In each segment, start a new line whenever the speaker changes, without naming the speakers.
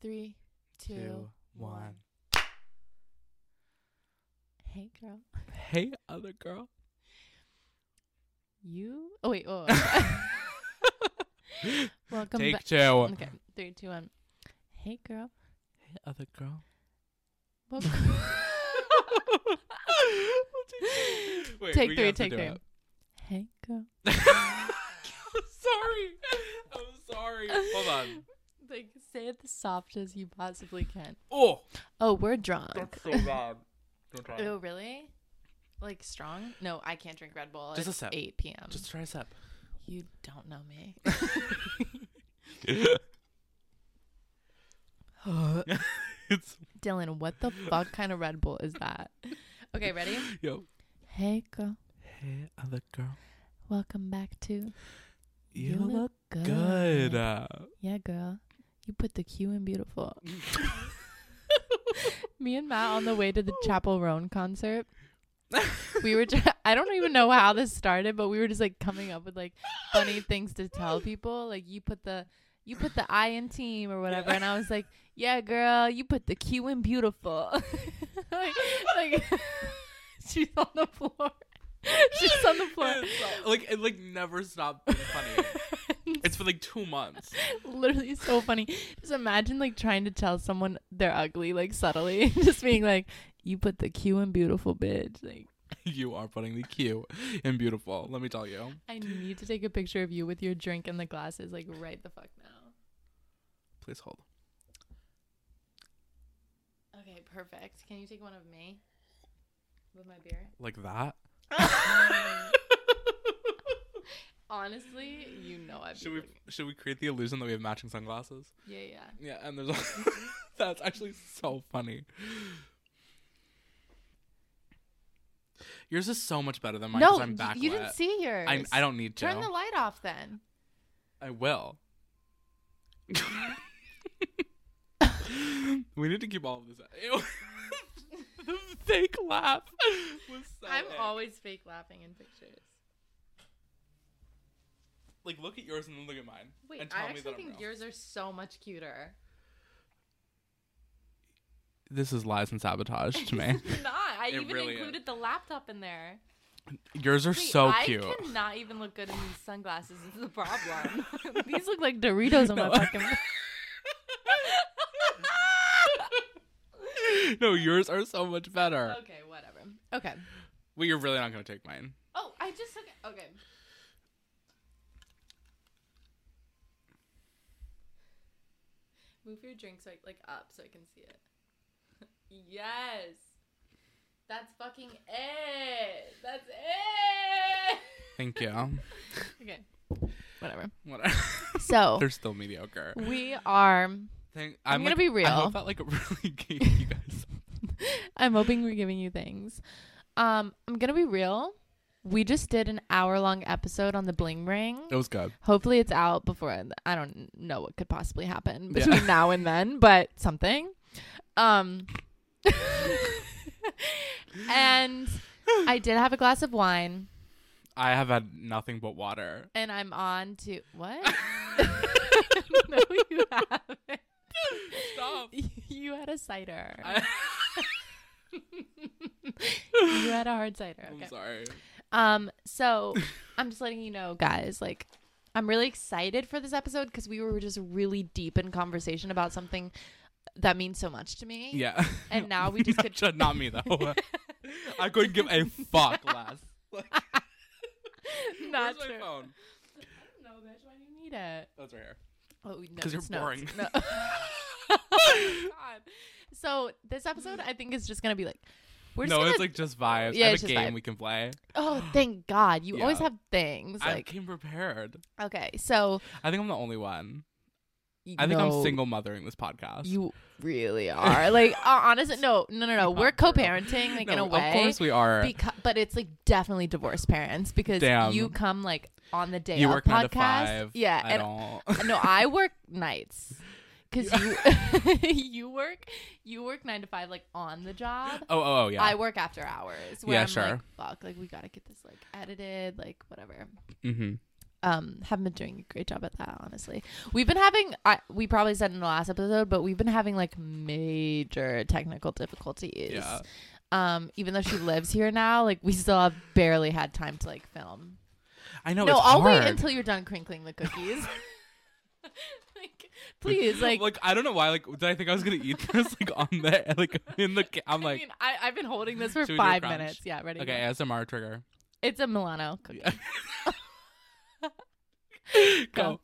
Three, two, one.
Two, one.
Hey, girl.
Hey, other girl.
You. Oh wait. Whoa. whoa. Welcome
Take
back.
two.
Okay. Three, two, one. Hey, girl.
Hey, other girl.
Welcome.
Wait,
take
we
three.
have to
Take
do
three.
it.
Hey, girl.
sorry. I'm sorry. Hold on.
Like say it the softest you possibly can.
Oh,
Oh, we're drunk.
that's so bad. Don't try. it.
Oh, really? Like strong? No, I can't drink Red Bull.
Just a
it's
sip.
8 p.m.
Just try a sip.
you don't know me.
it's
Dylan, what the fuck kind of Red Bull is that? Okay, ready?
yo.
Hey, girl.
Hey, other girl.
Welcome back to
You, look, good. Uh,
Yeah, girl. You put the Q in beautiful. Me and Matt on the way to the
Oh.
Chapel Roan concert. we were just, I don't even know how this started, but we were just like coming up with like funny things to tell people. Like you put the you put the I in team or whatever and I was like, "Yeah, girl, you put the Q in beautiful." like, like she's on the floor. she's on the floor.
It's, uh, like it like never stopped being funny. It's for like two months.
literally so funny. Just imagine like trying to tell someone they're ugly, like subtly, just being like, "You put the Q in beautiful, bitch." Like,
you are putting the cute and beautiful. Let me tell you.
I need to take a picture of you with your drink and the glasses, like right the fuck now.
Please hold.
Okay, perfect. Can you take one of me with my beer?
Like that.
Honestly, you know I've.
Should we should we create the illusion that we have matching sunglasses?
Yeah, yeah.
Yeah, and there's a- that's actually so funny. Yours is so much better than mine because
no,
I'm backlit.
you didn't see yours.
I'm, I don't need to.
Turn the light off then.
I will. we need to keep all of this. Out. the fake laugh was so.
I'm
ick.
always fake laughing in pictures.
like look at yours and then look at mine.
Wait,
and tell
I
me
actually
that I'm
think
wrong.
yours are so much cuter.
This is lies and sabotage to me.
It's not. I
It
even
really is.
included the laptop in there.
yours are
Wait,
so
I
cute.
cannot even look good in these sunglasses. Is the problem? these look like Doritos on
No.
my fucking.
no, yours are so much better.
okay, whatever. Okay.
Well, you're really not gonna take mine.
Oh, I just took. it- Okay. Move your drink so I, like up so I can see it. yes. That's fucking it. That's it.
Thank you.
Okay. Whatever.
Whatever.
So
They're still mediocre.
we are.
Thank-
I'm gonna
like-
be
I
real.
hope that like really gave you guys.
I'm hoping we're giving you things. Um, I'm gonna be real. We just did an hour long episode on the bling ring.
It was good.
Hopefully, it's out before I don't know what could possibly happen
Yeah.
between now and then, but something. Um, and I did have a glass of wine,
I have had nothing but water.
and I'm on to what? no, you haven't.
Stop.
You had a cider.
I-
you had a hard cider.
I'm
Okay.
sorry.
Um, so I'm just letting you know, guys, like I'm really excited for this episode because we were just really deep in conversation about something that means so much to me.
Yeah.
And now we just
Not-
could-
ju- not me though. I couldn't give a fuck less. Like,
Not
where's my
true.
phone?
No, bitch, why do you need it?
That's right here.
Oh, no,
'Cause you're
it's no,
boring.
it's no. God. So this episode I think is just gonna be like we're just
no,
gonna,
it's like just vibes.
Yeah,
I have
it's
a
just
game
vibe.
we can play.
oh thank God. You always
Yeah.
have things.
I
Like
came prepared.
okay, so
I think I'm the only one. I think I'm
no,
single mothering this podcast.
You really are. Like uh, honestly no, no no no.
Not
We're co
true.
parenting, like in
No,
a way.
Of course we are.
Because, but it's like definitely divorced parents because
Damn.
you come like on the day
you
of
work nine
podcast.
to five.
Yeah,
I
and
don't.
no, I work nights because you you work you work nine to five like on the job.
Oh, oh, oh, yeah.
I work after hours. Where
Yeah,
I'm
sure.
Like, Fuck, like we gotta get this like edited, like whatever.
mm-hmm.
um haven't been doing a great job at that honestly we've been having I, we probably said in the last episode but we've been having like major technical difficulties
Yeah.
um even though she lives here now like we still have barely had time to like film
I know.
no
it's
i'll
hard.
wait until you're done crinkling the cookies like please like,
like I don't know why. Like, did I think I was gonna eat this? Like on the like in the. ca- I'm
i
like,
mean I, i've been holding this for
Should we do a
five
crunch?
minutes yeah ready
okay, ASMR trigger.
it's a milano cookie
Yeah. Go.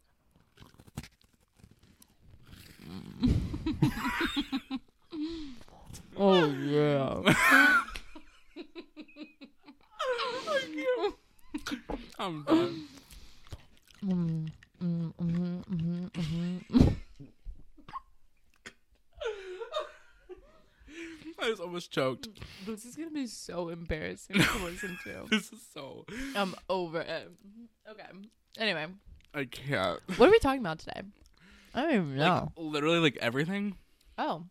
oh yeah
Oh I'm done.
Mm, mm, mhm, mhm, mhm.
I was almost choked.
this is gonna be so embarrassing to listen to.
This is so.
I'm over it. Okay. Anyway,
I can't.
what are we talking about today? I don't even
Like,
know.
literally, like everything.
oh,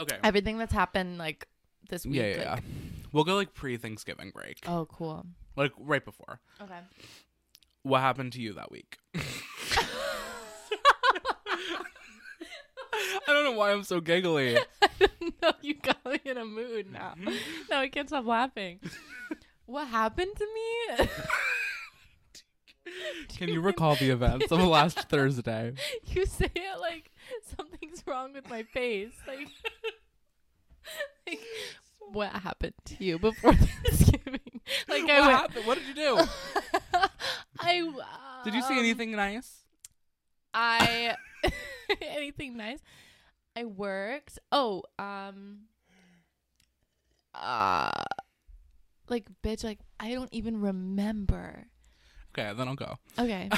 Okay.
everything that's happened like this week.
yeah, yeah, yeah.
like-
We'll go like pre-Thanksgiving break,
Oh, cool.
like right before.
Okay.
What happened to you that week? I don't know why I'm so giggly.
no, you got me in a mood now. No, I can't stop laughing. what happened to me?
Can you recall the events of last Thursday?
you say it like something's wrong with my face. Like, like, what happened to you before Thanksgiving? Like
what
I went.
happened? What did you do?
I
Did you see
um,
anything nice?
I anything nice? I worked. Oh, um, uh, like bitch, like I don't even remember.
Okay, then I'll go
Okay.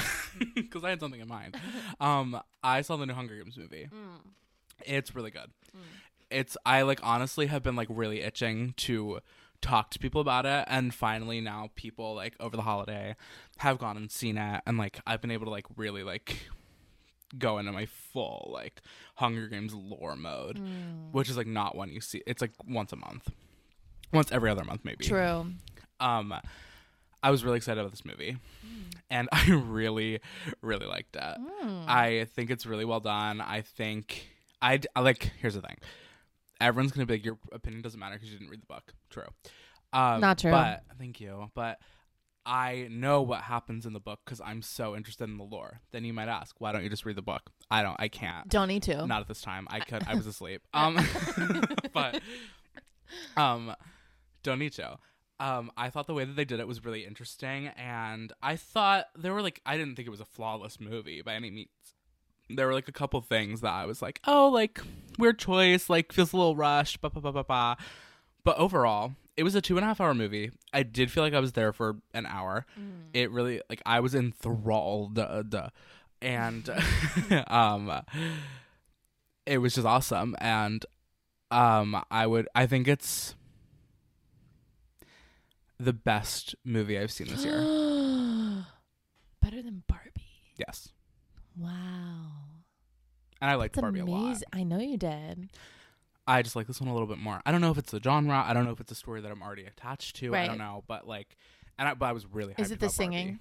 because I had something in mind. Um, I saw the new Hunger Games movie.
Mm.
It's really good. It's I like honestly have been like really itching to talk to people about it and finally now people like over the holiday have gone and seen it and like I've been able to like really like go into my full like Hunger Games lore mode,
Mm. Hmm.
which is like not one you see. It's like once a month. Once every other month maybe.
True.
Um I was really excited about this movie and I really really liked it.
Mm. Hmm.
I think it's really well done. I think I d- I like. Here's the thing. Everyone's gonna be like, your opinion doesn't matter because you didn't read the book. True. Um,
Not true.
But thank you. But I know what happens in the book because I'm so interested in the lore. Then you might ask, why don't you just read the book? I don't. I can't.
Don't need to.
Not at this time. I could. I was asleep. Um, but um, don't need to. Um, I thought the way that they did it was really interesting, and I thought there were like I didn't think it was a flawless movie by any means. There were like a couple things that I was like, oh, like weird choice, like feels a little rushed, ba ba ba ba ba. But overall, it was a two and a half hour movie. I did feel like I was there for an hour.
Hmm.
It really like I was enthralled, uh, duh. and um, it was just awesome. And um, I would I think it's the best movie I've seen this year.
Better than Barbie.
yes,
Wow.
and I liked
It's
Barbie a lot.
amazing. I know you did.
I just like this one a little bit more. I don't know if it's the genre. I don't know if it's a story that I'm already attached to. I
Right.
don't know, but like, and I, but I was really.
Is
hyped
it the
about Barbie.
singing?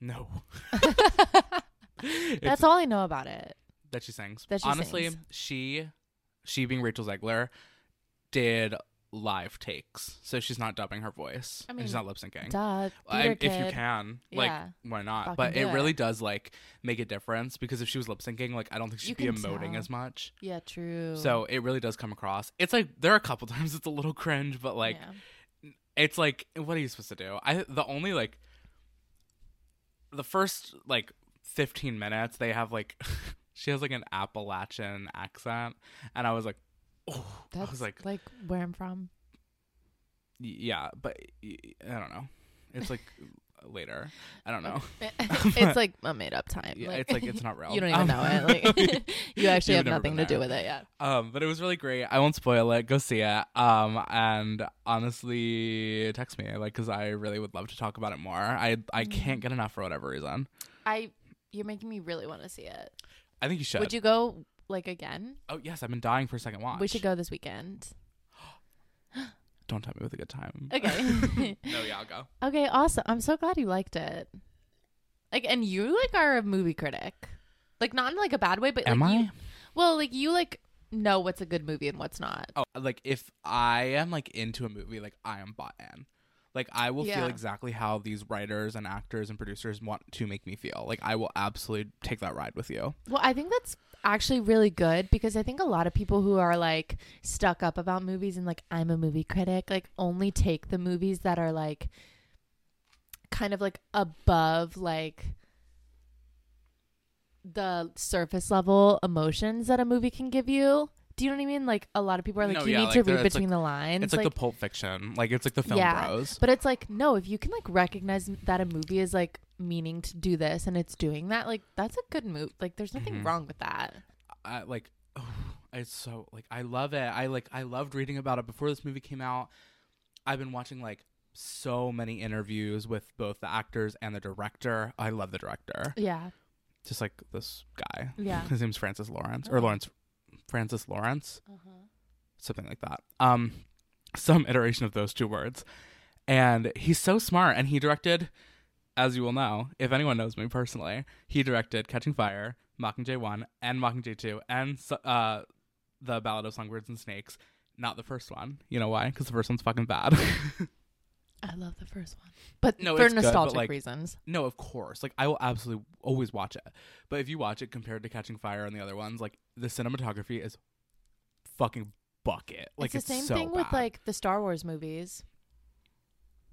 No,
That's
It's-
all I know about it.
that she sings.
That she
Honestly,
sings.
she, she being Rachel Zegler, did live takes, so she's not dubbing her voice.
I
and she's
mean,
not lip syncing.
Duh.
I-
theater
if you
kid.
can,
Yeah.
like, why not?
Fucking
but
do
it
it.
really does like make a difference because if she was lip syncing, like, I don't think she'd
You
be
can
emoting
tell.
as much.
Yeah, true.
So it really does come across. It's like there are a couple times it's a little cringe, but like
Yeah.
it's like what are you supposed to do? I the only like the first like 15 minutes they have like she has like an Appalachian accent and I was like oh I was
that's
like
like, where I'm from.
y- yeah, but y- I don't know. It's like later. I don't know.
it's like a made up time.
Yeah, it's like it's not real.
You don't even
Um,
know it. Like you actually
you've
have
never been
nothing to do
there.
with it. Yeah.
Um, but it was really great. I won't spoil it. Go see it. Um, and honestly, text me like because I really would love to talk about it more. I
Mm-hmm.
I can't get enough for whatever reason.
I you're making me really want to see it.
I think you should.
Would you go like again?
oh yes, I've been dying for a second watch.
We should go this weekend.
Don't tell me with a good time.
Okay.
no, yeah, I'll go.
okay, awesome. I'm so glad you liked it. Like, and you like are a movie critic, like not in like a bad way, but like,
Am I?
Uh, you- well, like you like know what's a good movie and what's not.
Oh, like if I am like into a movie, like I am bought in. Like I will
Yeah.
feel exactly how these writers and actors and producers want to make me feel. Like I will absolutely take that ride with you.
Well, I think that's actually really good because I think a lot of people who are like stuck up about movies and like I'm a movie critic, like only take the movies that are like kind of like above like the surface level emotions that a movie can give you. Do you know what I mean? Like a lot of people are like
No,
you
yeah,
need
like,
to
they're-
read
it's, like-
between the lines.
It's, like, the Pulp Fiction. Like it's like the film
Yeah.
bros.
but it's like no, if you can like recognize that a movie is like meaning to do this and it's doing that, like that's a good move. Like there's nothing
Mhm.
wrong with that.
I like it's so like I love it. I like I loved reading about it before this movie came out. I've been watching like so many interviews with both the actors and the director. I love the director.
Yeah.
Just like this guy.
Yeah.
His name's Francis Lawrence
Oh.
or Lawrence Francis Lawrence,
Uh-huh.
something like that. Um some iteration of those two words. And he's so smart and he directed as you will know, if anyone knows me personally, he directed Catching Fire, Mockingjay 1, and Mockingjay 2, and so- uh, The Ballad of Songbirds and Snakes. Not the first one. You know why? Because the first one's fucking bad.
I love the first one, but
No,
for
it's good, but,
nostalgic
like-
reasons.
no, of course. Like, I will absolutely always watch it. But if you watch it compared to Catching Fire and the other ones, like, the cinematography is fucking bucket. Like,
it's the same
so
thing
bad.
with like the Star Wars movies.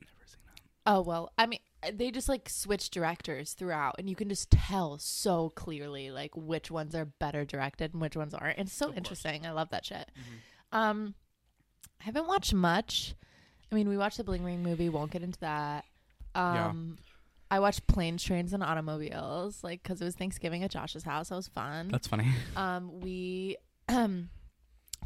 Never seen that.
Oh well, I mean, they just like switch directors throughout, and you can just tell so clearly like which ones are better directed and which ones aren't. It's so
Of course. Mm-hmm.
interesting. I love that shit. Um, I haven't watched much. I mean, we watched the Bling Ring movie. Won't get into that.
Yeah.
Um, I watched planes, trains, and automobiles, like because it was Thanksgiving at Josh's house. That was fun.
That's funny.
Um, we um,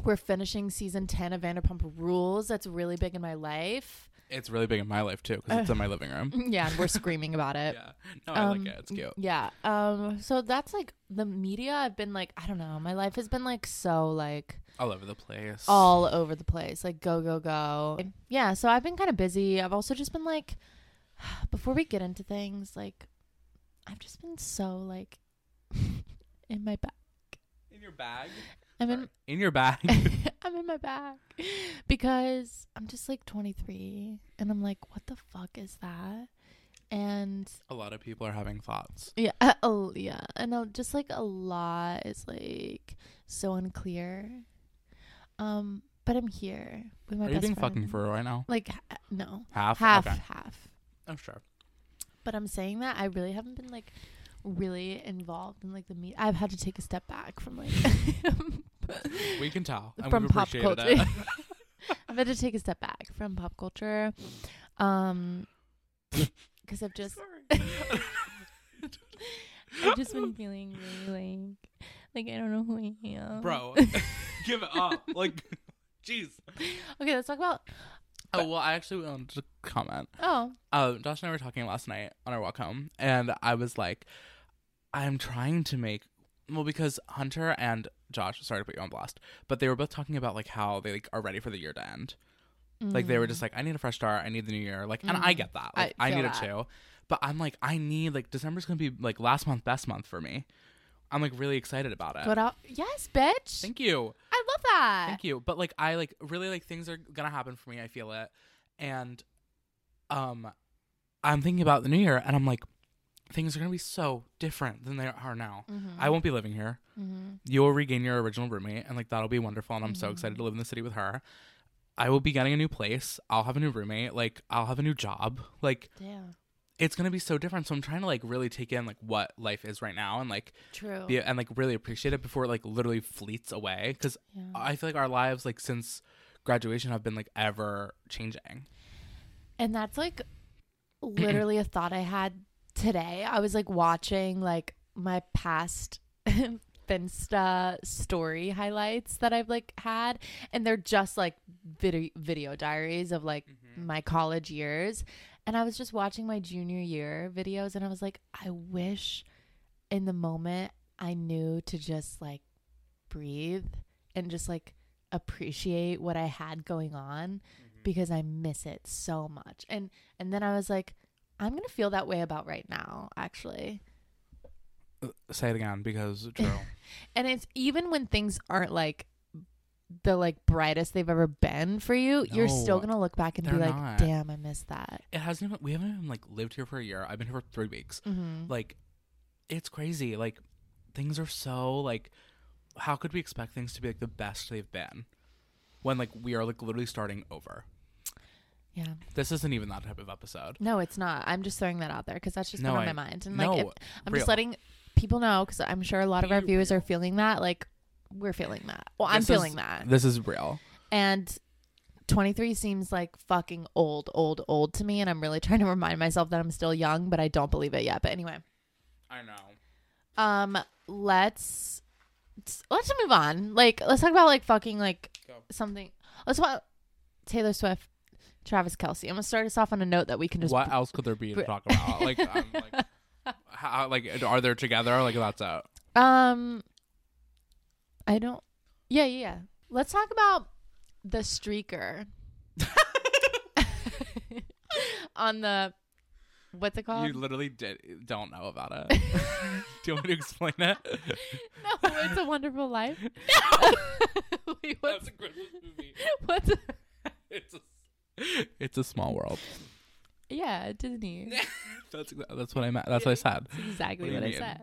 we're finishing season ten of Vanderpump Rules. That's really big in my life.
It's really big in my life, too, because it's in my living room.
Yeah, and we're screaming about it.
Yeah. No, I
Um,
like it. It's cute.
Yeah. Um. So that's like the media. I've been like, I don't know. My life has been like so like
All over the place.
all over the place. Like go go go. Yeah. So I've been kind of busy. I've also just been like, before we get into things, like, I've just been so like in my back.
In your bag?
I'm in
Sorry. in your bag.
I'm in my back because I'm just like 23 and I'm like, what the fuck is that? And
a lot of people are having thoughts.
yeah, uh, oh, yeah, and I'll, just like a lot is like so unclear. Um, but I'm here with my
are you
best
being
friend.
fucking for real right now?
like h- no
Half?
half
Okay.
half.
Oh, sure.
But I'm saying that I really haven't been like really involved in like the meet. I've had to take a step back from like
We can tell. And
from
we've
pop
appreciated
culture.
it.
I've had to take a step back from pop culture, um, because I've just
Sorry.
I've just been feeling really like like I don't know who I am,
Bro, give it up. Like, jeez.
Okay, let's talk about
Oh, well, I actually wanted to comment.
oh
Um, Josh and I were talking last night on our walk home, and I was like, I'm trying to make. Well, because Hunter and Josh, sorry to put you on blast, but they were both talking about like how they like are ready for the year to end. Like they were just like, I need a fresh start. I need the new year. Like, and I
Mm.
get that.
I
Like, I,
feel
need
that.
it too. But I'm like, I need like December's gonna be like last month, best month for me. I'm like really excited about it.
What out? Yes, bitch.
Thank you,
I love that.
thank you. But like, I like really like things are gonna happen for me. I feel it, and um, I'm thinking about the new year, and I'm like, things are gonna be so different than they are now. I won't be living here.
Mm-hmm.
You will regain your original roommate, and like that'll be wonderful. And I'm so
Mhm.
excited to live in the city with her. I will be getting a new place. I'll have a new roommate. Like I'll have a new job. Like
Damn.
it's gonna be so different. So I'm trying to like really take in like what life is right now and like
True.
be and like really appreciate it before it like literally fleets away. Because
Yeah.
I feel like our lives like since graduation have been like ever changing.
And that's like literally a thought I had today. I was like watching like my past Finsta story highlights that I've like had, and they're just like video video diaries of like my college years. And I was just watching my junior year videos, and I was like, I wish in the moment I knew to just like breathe and just like appreciate what I had going on because I miss it so much. And and then I was like, I'm gonna feel that way about right now, actually.
Uh, Say it again because true.
And it's even when things aren't like the like brightest they've ever been for you, you're still
No,
gonna look back and be
they're
like,
not.
"Damn, I missed that."
it hasn't even we haven't even like lived here for a year. I've been here for three weeks.
Mm-hmm.
Like it's crazy. Like things are so like how could we expect things to be like the best they've been when like we are like literally starting over?
Yeah.
This isn't even that type of episode.
No, it's not. I'm just throwing that out there because that's just
No,
been on
I-
my mind, and
no,
like, if, I'm
real.
just letting people know because I'm sure a lot of our
Be
viewers are feeling that. Like, we're feeling that. Well, I'm
This is-
feeling that,
This is real.
and 23 seems like fucking old, old, old to me, and I'm really trying to remind myself that I'm still young, but I don't believe it yet. But anyway,
I know.
um, let's let's move on. Like, let's talk about like fucking like
Go.
something. Let's talk about Taylor Swift, Travis Kelsey. I'm gonna start us off on a note that we can just
what else could there be to
br-
talk about? Like, um, like, how, like, are they together? Like, that's out.
Um, I don't. Yeah, yeah. yeah. Let's talk about the streaker on the what's it called?
You literally did, don't know about it. Do you want me to explain it?
no, it's a Wonderful Life. Wait, what's
a Christmas movie.
what's?
It's a, it's a small world.
Yeah, Disney.
That's exa- that's what I meant. That's what I said.
That's exactly
What
what,
do
I
you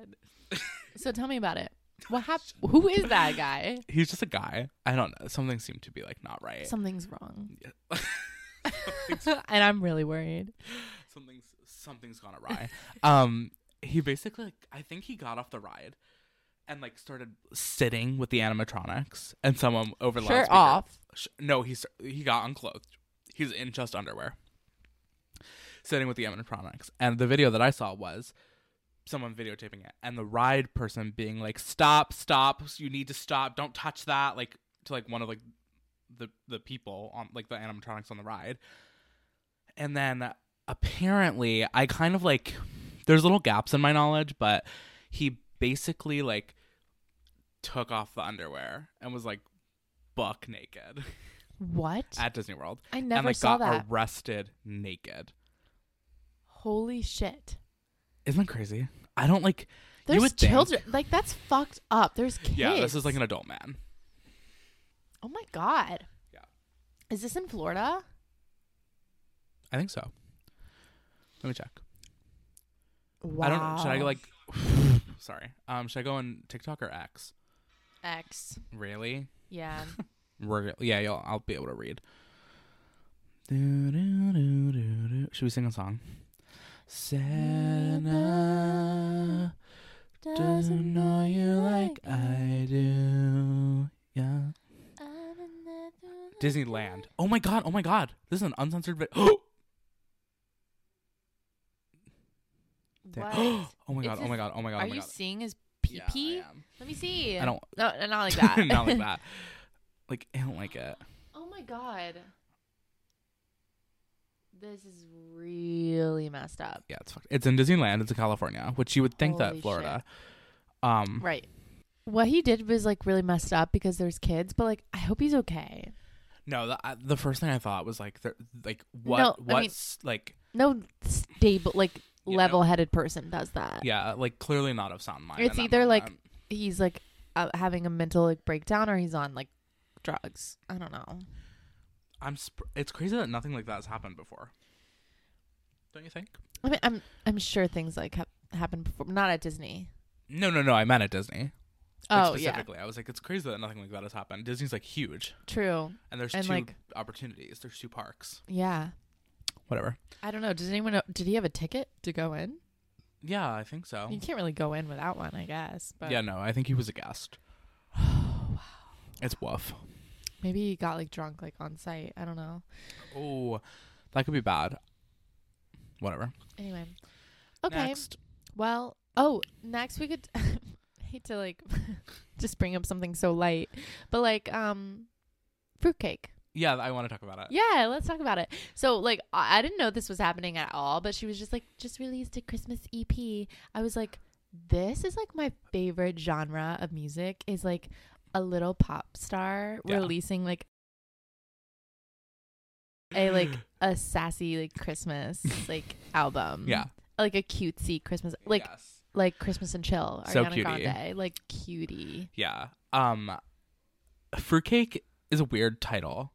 said. so tell me about it. What happened? Who is that guy?
He's just a guy. I don't know. Something seemed to be like not right.
Something's wrong, and I'm really worried.
something's something's gone awry. um, he basically, like, I think he got off the ride and like started sitting with the animatronics, and someone over the
Shirt
loudspeaker-
off.
Sh- no, he s- he got unclothed. He's in just underwear, sitting with the animatronics. And the video that I saw was someone videotaping it, and the ride person being like, "Stop, stop! You need to stop! Don't touch that!" Like to like one of like the the people on like the animatronics on the ride. And then apparently, I kind of like there's little gaps in my knowledge, but he basically like took off the underwear and was like buck naked
What?
at Disney World
I never
and like uh,
saw
got
that.
arrested naked.
Holy shit.
Isn't that crazy? I don't like
There's
would think-
children. Like that's fucked up. There's kids.
yeah, this is like an adult man.
Oh my god.
Yeah.
Is this in Florida?
I think so. Let me check.
Wow.
I don't know. Should I like sorry. Um should I go on TikTok or X?
X?
Really?
Yeah.
Re- yeah, y'all I'll be able to read. Do-do-do-do-do. Should we sing a song? Santa doesn't know you like I do. Yeah. Disneyland. Oh my god! Oh my god! This is an uncensored video.
What?
oh my
Is
god! Oh
this-
my god! Oh my god!
Are
oh my
you
god!
seeing his pee
Yeah,
pee?
I, am.
Let me see.
I don't.
No, no, not like that.
not like that. Like I don't like it.
oh my god. This is really messed up.
Yeah, it's fucked. It's in Disneyland. It's in California, which you would think
Holy
that Florida. Um.
Right. What he did was like really messed up because there's kids, but like I hope he's okay.
No, the, I, the first thing I thought was like, there, like what?
No, I mean-
what's like?
No stable, like
Yeah, no.
level-headed person does that.
Yeah, like clearly not of sound mind.
It's
in that
either, like,
moment.
He's like uh, having a mental like breakdown, or he's on like drugs. I don't know.
I'm. Sp- it's crazy that nothing like that's happened before. Don't you think?
I mean, I'm I'm sure things like have happened before, not at Disney.
No, no, no. I meant at Disney. Like,
Oh yeah,
specifically. I was like, it's crazy that nothing like that has happened. Disney's like huge,
true.
and there's
And,
two
like-
opportunities. There's two parks.
Yeah,
Whatever.
I don't know. Does anyone know? Did he have a ticket to go in?
Yeah, I think so.
You can't really go in without one, I guess. But
Oh. Yeah, no, I think he was a guest. It's woof.
maybe he got like drunk like on site. I don't know.
Oh, that could be bad. Whatever.
Anyway, okay.
Next.
Well, oh, next we could hate to like just bring up something so light, but like um, fruitcake.
Yeah, I want to talk about it.
Yeah, let's talk about it. So, like, I I didn't know this was happening at all, but she was just like, just released a Christmas EP. I was like, this is like my favorite genre of music is like a little pop star
Yeah.
releasing like a like a sassy like Christmas like album.
Yeah.
Like a cutesy Christmas, like
Yes.
like Christmas and Chill,
So
Ariana
cutie.
Grande, like cutie.
Yeah. Um Fruitcake is a weird title.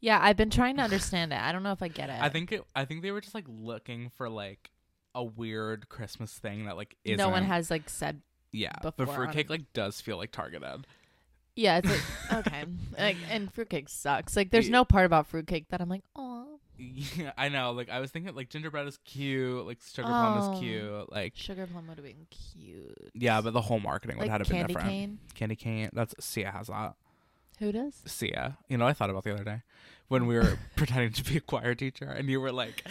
Yeah, I've been trying to understand it. I don't know if I get it.
I think it I think they were just like looking for like a weird Christmas thing that like isn't
no one has like said.
Yeah.
before
But
on
Fruitcake
it.
like does feel like targeted.
Yeah, it's like okay, like and fruitcake sucks. Like there's
Yeah.
no part about fruitcake that I'm like, oh,
Yeah, I know. Like I was thinking like gingerbread is cute, like sugar plum
Oh.
is cute, like
sugar plum would have been cute.
yeah, but the whole marketing would
like
have had been
candy
different.
cane.
Candy cane. That's Sia has that.
Who does?
Sia. You know, I thought about the other day when we were pretending to be a choir teacher, and you were like,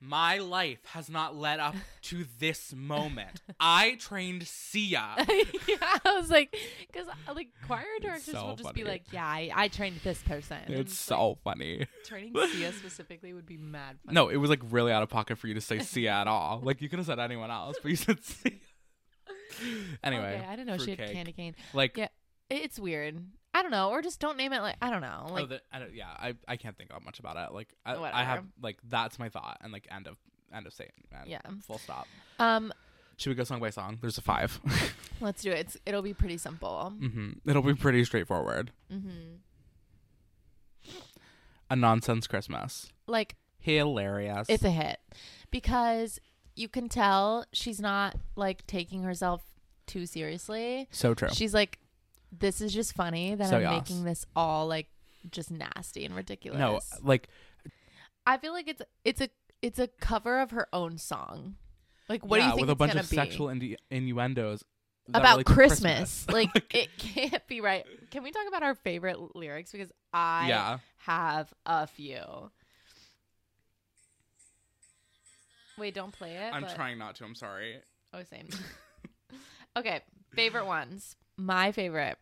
"My life has not led up to this moment. I trained Sia."
yeah, I was like, because like choir directors
so
will just be
funny.
like, yeah, I, I trained this person. And
It's
like,
so funny.
training Sia specifically would be mad. Funny.
No, it was like really out of pocket for you to say Sia at all. Like you could have said anyone else, but you said Sia. Anyway,
okay, I didn't know she had
fruitcake.
candy cane.
Like
Yeah, it's weird. I don't know, or just don't name it like I don't know. Like
oh, the, I don't, yeah, I, I can't think of much about it. Like I, I
Whatever.
have like that's my thought, and like end of end of statement.
Yeah.
full stop.
um,
Should we go song by song? There's a five.
let's do it. It's, it'll be pretty simple.
hmm It'll be pretty straightforward.
Mm-hmm.
A nonsense Christmas.
Like
Hilarious.
It's a hit because you can tell she's not like taking herself too seriously.
so true.
She's like, this is just funny that
So
I'm
yes.
making this all like just nasty and ridiculous.
no, like
I feel like it's it's a it's a cover of her own song. Like, what do
yeah,
you think
with a
it's
bunch
gonna
of
be
sexual innu- innuendos that
about
relate to
Christmas? like, it can't be right. Can we talk about our favorite lyrics because I
yeah,
have a few. Wait, don't play it.
I'm
but-
trying not to. I'm sorry.
Oh, same. okay, favorite ones. My favorite.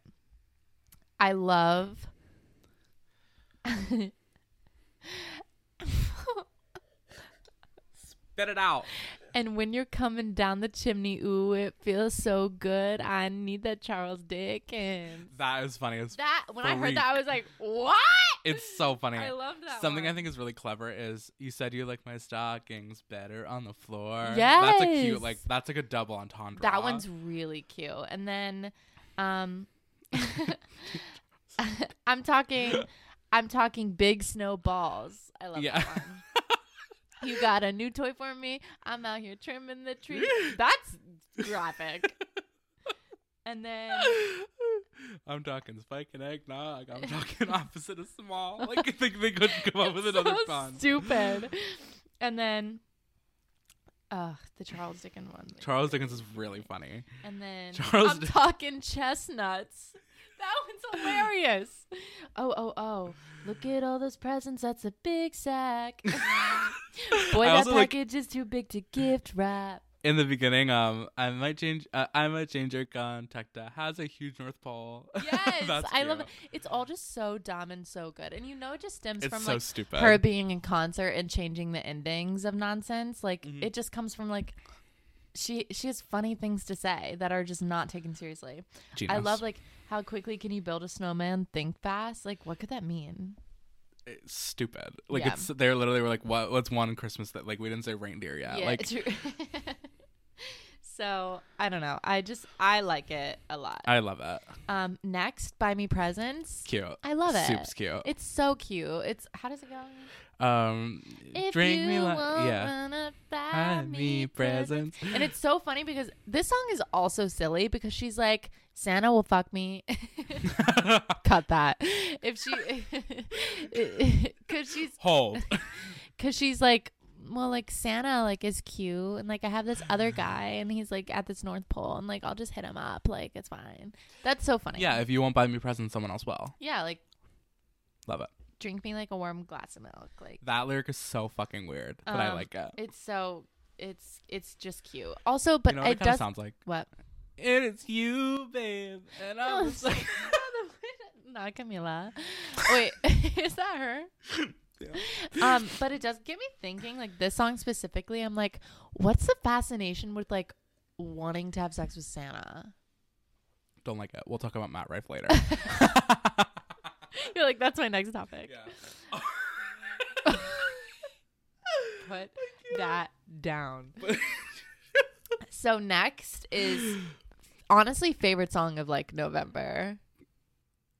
I love.
Spit it out.
and when you're coming down the chimney, ooh, it feels so good. I need that Charles Dickens.
That is funny. It's,
That when I heard
Freak.
that, I was like, "What?"
it's so funny.
I love that.
Something I
one.
think is really clever is you said you like my stockings better on the floor. that's a
Yes.
cute like that's like a double entendre.
That one's really cute. And then um I'm talking I'm talking big snow balls. I love
Yeah.
that one. You got a new toy for me. I'm out here trimming the tree. That's graphic. And then
I'm talking spike and eggnog. I'm talking opposite of small. Like I think they couldn't come up with
It's
another
so
pun.
stupid. And then Ugh, the Charles Dickens one.
Charles Dickens is really funny.
And then
Charles
I'm
Dick-
talking chestnuts. That one's hilarious. Oh, oh, oh. Look at all those presents. That's a big sack. Boy,
I
that
also like-
package is too big to gift wrap.
In the beginning, um, I might change. Uh, I might change your contact. Uh, has a huge North Pole.
Yes,
That's
I love it.
cute.
It's all just so dumb and so good. And you know, it just stems
It's
from
so
like
stupid.
her being in concert and changing the endings of nonsense. Like
Mhm.
it just comes from like she she has funny things to say that are just not taken seriously. I
Genius.
love like how quickly can you build a snowman? Think fast. Like what could that mean?
It's stupid. Like
Yeah.
it's they're literally were like, what? What's one Christmas that like we didn't say reindeer yet? like
true. so I don't know. I just I like it a lot.
I love it.
Um, next, buy me presents.
Cute.
I love it.
Soup's cute.
It's so cute. It's how does it go?
Um, drink me, li- yeah.
wanna
Buy me presents.
And it's so funny because this song is also silly because she's like, Santa will fuck me. Cut that. If she, because she's
Hold.
because she's like well like santa like is cute and like i have this other guy and he's like at this north pole and like i'll just hit him up like it's fine that's so funny
yeah, if you won't buy me presents, someone else will.
yeah like
Love it.
drink me like a warm glass of milk like
That lyric is so fucking weird, but I
Um,
like it.
it's so it's it's just cute also but
you know what
it
it kind of
does
sounds like?
what
It is you, babe, and
Oh,
I'm just
sorry.
like.
not camila wait is that her
Yeah.
um but it does get me thinking like this song specifically i'm like what's the fascination with like wanting to have sex with santa
Don't like it. We'll talk about Matt Rife later.
You're like, that's my next topic.
yeah.
put that down. So next is honestly favorite song of like November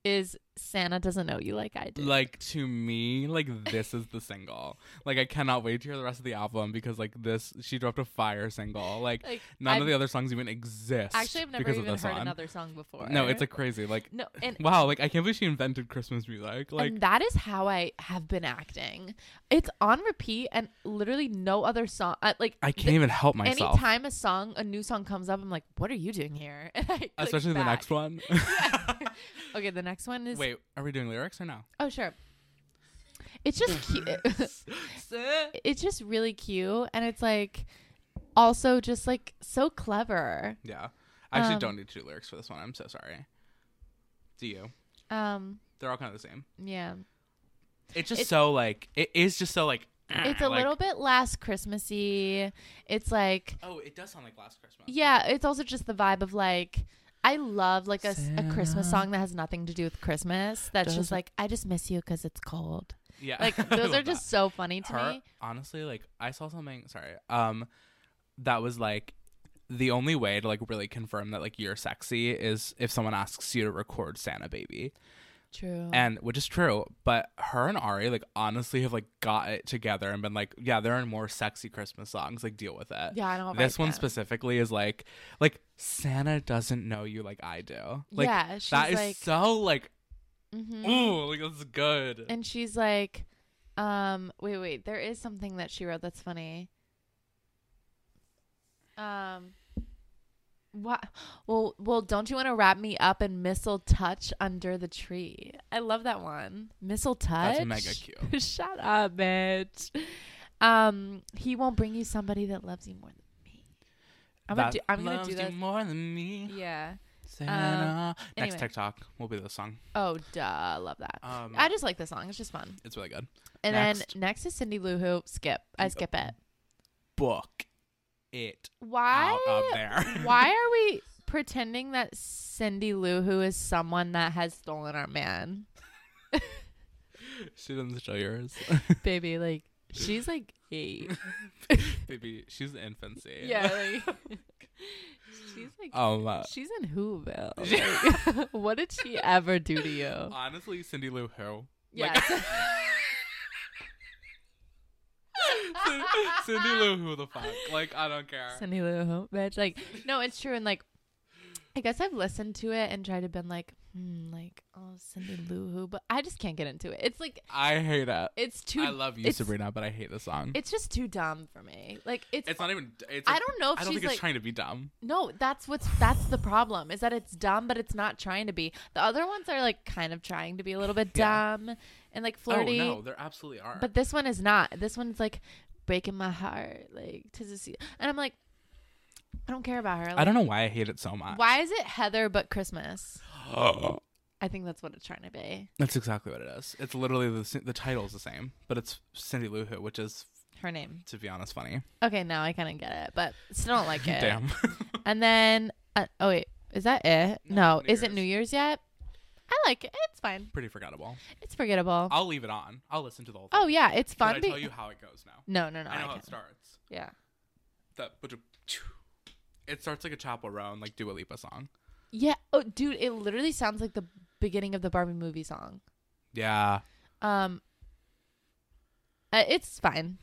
is Santa doesn't know you like I do.
like to me, like this is the single. Like I cannot wait to hear the rest of the album because like this, she dropped a fire single. Like
Like,
none
I've-
of the other songs even exist.
Actually, I've never
because
even
of
heard
this one.
another song before.
No, it's like crazy. Like
no, and
wow, like I can't believe she invented Christmas music. Like
and that is how I have been acting. It's on repeat, and literally no other song. Uh, like
I can't even help myself.
Anytime a song, a new song comes up, I'm like, "What are you doing here?" And I click
Especially the
back.
next one.
Okay, the next one is.
Wait, are we doing lyrics or no?
Oh sure. It's just cute. it's just really cute, and it's like, also just like so clever.
yeah. I actually
Um,
don't need to do lyrics for this one. I'm so sorry. Do you?
Um,
They're all kind of the same.
yeah.
It's just
It's-
so like it is just so like
It's a
like-
little bit last Christmassy. It's like
Oh, it does sound like last Christmas.
Yeah, it's also just the vibe of like I love like a, s- a Christmas
Santa
song that has nothing to do with Christmas. That's just
doesn't-
like I just miss you because it's cold.
Yeah.
Like
I
those are
love that.
just so funny to
her
me.
honestly like i saw something sorry um that was like the only way to like really confirm that like you're sexy is if someone asks you to record santa baby
True.
and which is true but her and ari like honestly have like got it together and been like yeah there are more sexy christmas songs like deal with it
yeah, I don't.
this
write
one
them.
specifically is like like santa doesn't know you like i do like
yeah, she's
that is
like,
so like
mhm.
ooh like that's good
and she's like, um, wait, wait, there is something that she wrote that's funny. Um. What? Well, well, don't you want to wrap me up in mistle touch under the tree? I love that one. Mistle touch.
that's mega cute
Shut up, bitch. Um, he won't bring you somebody that loves you more than me. I'm gonna
That
do. I'm gonna
loves
do
you
that.
more than me
Yeah. um,
Santa. Next
anyway.
TikTok will be the song.
Oh, duh. Love that.
Um,
I just like the song. It's just fun.
it's really good.
And
next.
then next is Cindy Lou Who. Skip. uh, I
Yep.
skip it.
Book it
Why?
out of there.
why are we pretending that Cindy Lou Who is someone that has stolen our man,
she doesn't show yours,
baby? Like she's like eight.
baby. She's in infancy.
yeah. Like she's like
Um. uh,
She's in Whoville. Like, what did she ever do to you?
honestly, Cindy Lou Who.
Yeah.
Cindy Lou Who the fuck? Like I don't care.
Cindy Lou Who, bitch. Like, no, it's true. And like, I guess I've listened to it and tried to been like, hmm, like, oh, Cindy Lou Who, but I just can't get into it. It's like,
I hate it.
it's too.
I love you,
it's-
Sabrina, but I hate the song.
It's just too dumb for me. Like, it's.
It's not even. It's
I
like-
don't know if
I don't
she's
think
like.
it's trying to be dumb.
no, that's what's. That's the problem. Is that it's dumb, but it's not trying to be. The other ones are like kind of trying to be a little bit
Yeah.
dumb and like flirty.
Oh no, there absolutely are.
But this one is not. This one's like breaking my heart, like to the sea. And I'm like, I don't care about her. Like,
I don't know why I hate it so much.
Why is it Heather but Christmas? I think that's what it's trying to be.
That's exactly what it is. It's literally the the title's the same, but it's Cindy Lou Who, which is,
Her name.
to be honest, funny.
Okay, now I kind of get it, but still don't like it.
Damn.
And then, uh, oh wait, is that it?
No,
No,
New
is it
Year's.
New Year's yet? I like it. It's fine.
Pretty forgettable.
It's forgettable.
I'll leave it on. I'll listen to the whole thing.
oh yeah, it's
Can
fun.
I
be-
tell you how it goes now.
no, no, no.
I know how
can't.
it starts.
Yeah.
That it starts like a chaperone, like Dua Lipa song.
Yeah. Oh, dude, it literally sounds like the beginning of the Barbie movie song.
Yeah,
Um, uh, it's fine,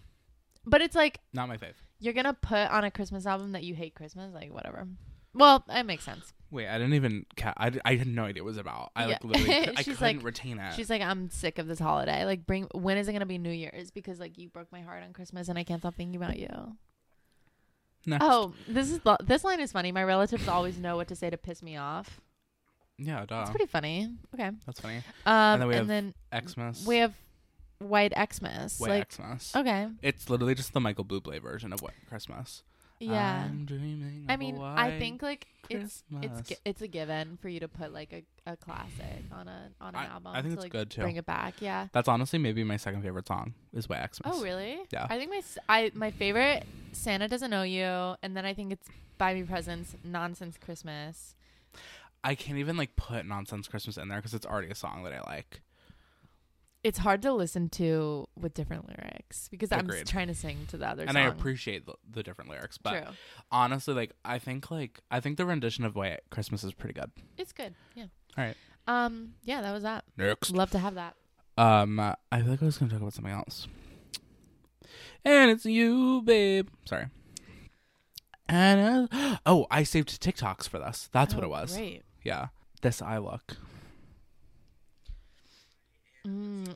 but it's like
not my fave.
you're gonna put on a Christmas album that you hate Christmas, like whatever. Well, it makes sense.
Wait, I didn't even. Ca- I, I had no idea what it was about. I like
Yeah.
literally. I
She's
couldn't
like-
retain it.
She's like, I'm sick of this holiday. Like, bring when is it gonna be New Year's? Because like you broke my heart on Christmas, and I can't stop thinking about you.
Next.
Oh, this is lo- this line is funny. My relatives always know what to say to piss me off.
yeah, duh.
It's pretty funny. Okay. Um,
That's funny.
and
Oh. then
then we,
we have
have,
Xmas.
White Xmas.
White
like, oh.
Xmas.
okay,
It's literally just the Michael Bublé version of White Christmas.
yeah.
I'm dreaming.
I
of a
mean, I
white
think like it's it's
Christmas.
gi- it's a given for you to put like a, a classic on a on an
I-
album.
I think
to,
it's
like,
good, too.
Bring it back, yeah.
That's honestly maybe my second favorite song is White Xmas.
Oh really?
Yeah.
I think my s- I my favorite Santa doesn't know you, and then I think it's Buy Me Presents, Nonsense Christmas.
I can't even like put Nonsense Christmas in there because it's already a song that I like.
it's hard to listen to with different lyrics because I'm
Agreed.
trying to sing to the other
and
song.
I appreciate the, the different lyrics, but
True.
honestly, like I think like I think the rendition of "White Christmas" is pretty good.
It's good. Yeah.
All right.
Um. Yeah, that was that.
Next,
Love to have that.
um, I feel like I was gonna talk about something else, and it's you, babe. Sorry. And uh, oh, I saved TikToks for this. That's what
Oh,
it was.
Great.
Yeah, this I look.
Mm,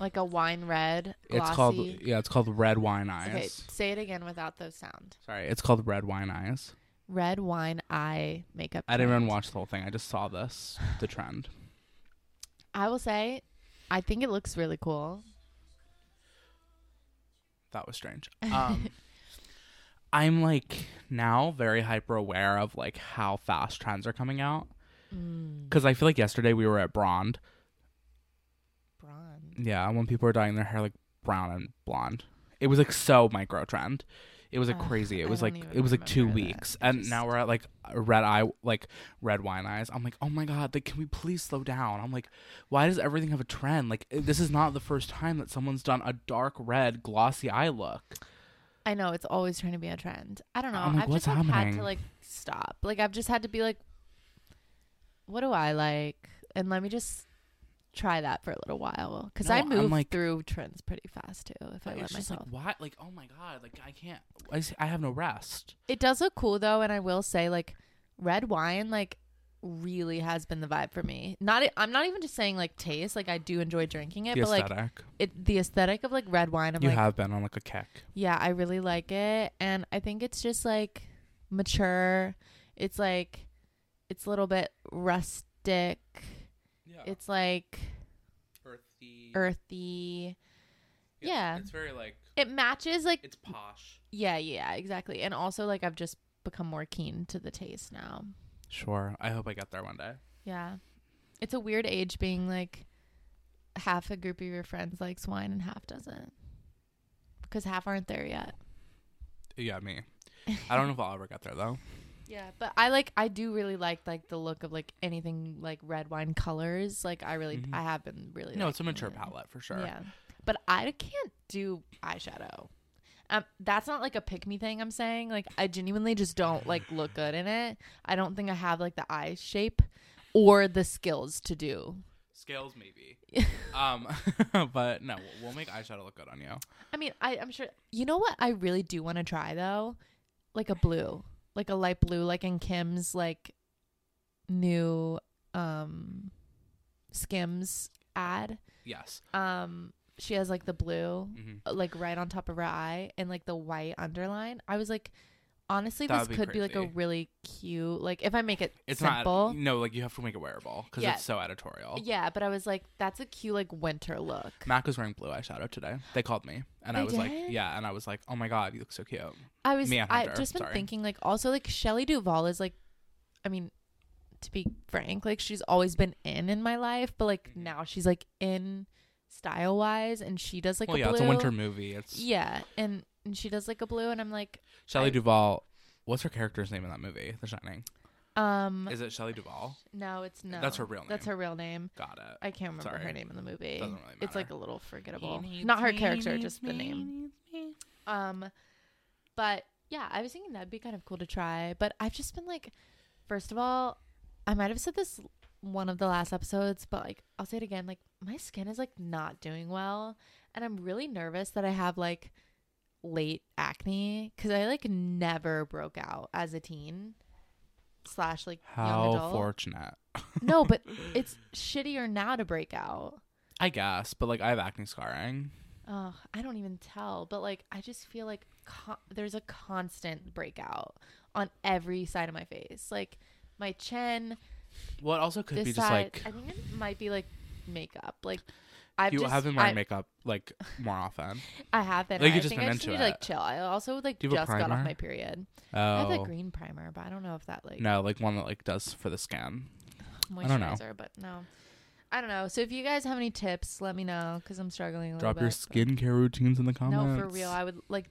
like a wine red. Glossy.
It's called yeah, it's called red wine eyes.
Okay, say it again without the sound.
Sorry, it's called red wine eyes.
Red wine eye makeup.
I didn't even
trend.
watch the whole thing. I just saw this the trend.
I will say, I think it looks really cool.
that was strange. Um, I'm like now very hyper aware of like how fast trends are coming out
Mm,
because I feel like yesterday we were at blonde.
bronze.
Yeah, when people were dyeing their hair like brown and blonde, it was like so micro trend. It was like
Ugh,
crazy.
I
It was
don't
like
even
it was like two
remember that.
weeks, and now
Just-
we're at like red eye, like red wine eyes. I'm like, oh my god, like can we please slow down? I'm like, why does everything have a trend? Like this is not the first time that someone's done a dark red glossy eye look.
I know it's always trying to be a trend. I don't know.
I'm like,
I've
what's
just like, had
happening?
to like stop. Like I've just had to be like, what do I like? And let me just try that for a little while because I
No, I'm
move
like-
through trends pretty fast too. If I
But
let
it's just
myself.
like why like oh my god like i can't i, s- I have no rest
It does look cool though, and I will say like red wine like really has been the vibe for me. Not I'm not even just saying like taste, like I do enjoy drinking it,
the
but
aesthetic
like it the aesthetic of like red wine I'm
you
like
have been on like a kick
yeah, I really like it and I think it's just like mature. It's like it's a little bit rustic.
yeah
It's like
earthy
earthy. yeah.
it's very like
It matches like
it's posh
yeah, yeah, exactly. And also like I've just become more keen to the taste now.
sure i hope i get there one day
Yeah. It's a weird age being like half a group of your friends likes wine and half doesn't. Because half aren't there yet.
yeah me i don't know if i'll ever get there though
Yeah, but I like I do really like like the look of like anything like red wine colors. Like I really
Mhm.
I have been really
no it's a
liking
mature
it.
palette for sure
Yeah. But I can't do eyeshadow. Um, that's not like a pick me thing I'm saying. Like I genuinely just don't like look good in it. I don't think I have like the eye shape or the skills to do
scales maybe um but no we'll- we'll make eyeshadow look good on you
I mean, I, I'm sure. You know what I really do want to try though, like a blue, like a light blue, like in Kim's like new um Skims ad.
yes
Um, she has like the blue,
Mhm.
uh, like right on top of her eye, and like the white underline. I was like, honestly,
That
this
would be
could be like a
crazy.
really cute, like if I make it
it's
simple.
not e-, no like you have to make it wearable because
Yeah.
it's so editorial
yeah, but I was like, that's a cute like winter look.
Mac was wearing blue eyeshadow today. They called me, and I
They
was like,
did?
"Yeah," and I was like, "Oh my god, you look so cute."
I was
Mia
I
Hunter,
just been
sorry.
thinking like also like Shelley Duvall is like I mean to be frank like she's always been in in my life but like
Mhm.
now she's like in style wise and she does like
well,
a
yeah,
blue
it's a winter movie. It's
yeah and and she does like a blue and I'm like
Shelley
I-
Duvall. What's her character's name in that movie, The Shining?
um
Is it Shelley Duvall?
no it's no
That's her real
that's
name.
her real name
Got it.
I can't remember her
Sorry.
name in the movie
Doesn't really
it's like a
matter.
little forgettable not her character just the name Um, but yeah, I was thinking that'd be kind of cool to try. But I've just been like, first of all, I might have said this one of the last episodes, but like I'll say it again. Like my skin is like not doing well, and I'm really nervous that I have like late acne because I like never broke out as a teen slash like young
How
adult.
fortunate.
no, but it's shittier now to break out.
I guess, but like I have acne scarring.
Oh, I don't even tell, but like I just feel like con- there's a constant breakout on every side of my face, like my chin,
Well, it also could be
this
just
side.
like
I think it might be like makeup. Like I've
you
just,
have been
I,
wearing makeup like more often.
I have been.
like,
Like
you've
I
just
think
been
I just
into
need to like
it.
chill. I also like
Do you have
just
a
got off
primer?
my period.
Oh,
I have that green primer, but I don't know if that like
no, like one that like does for the skin.
moisturizer.
don't know.
But no, I don't know. So if you guys have any tips, let me know because I'm struggling a little
Drop
bit.
your skincare routines in the
No,
comments.
for real. I would like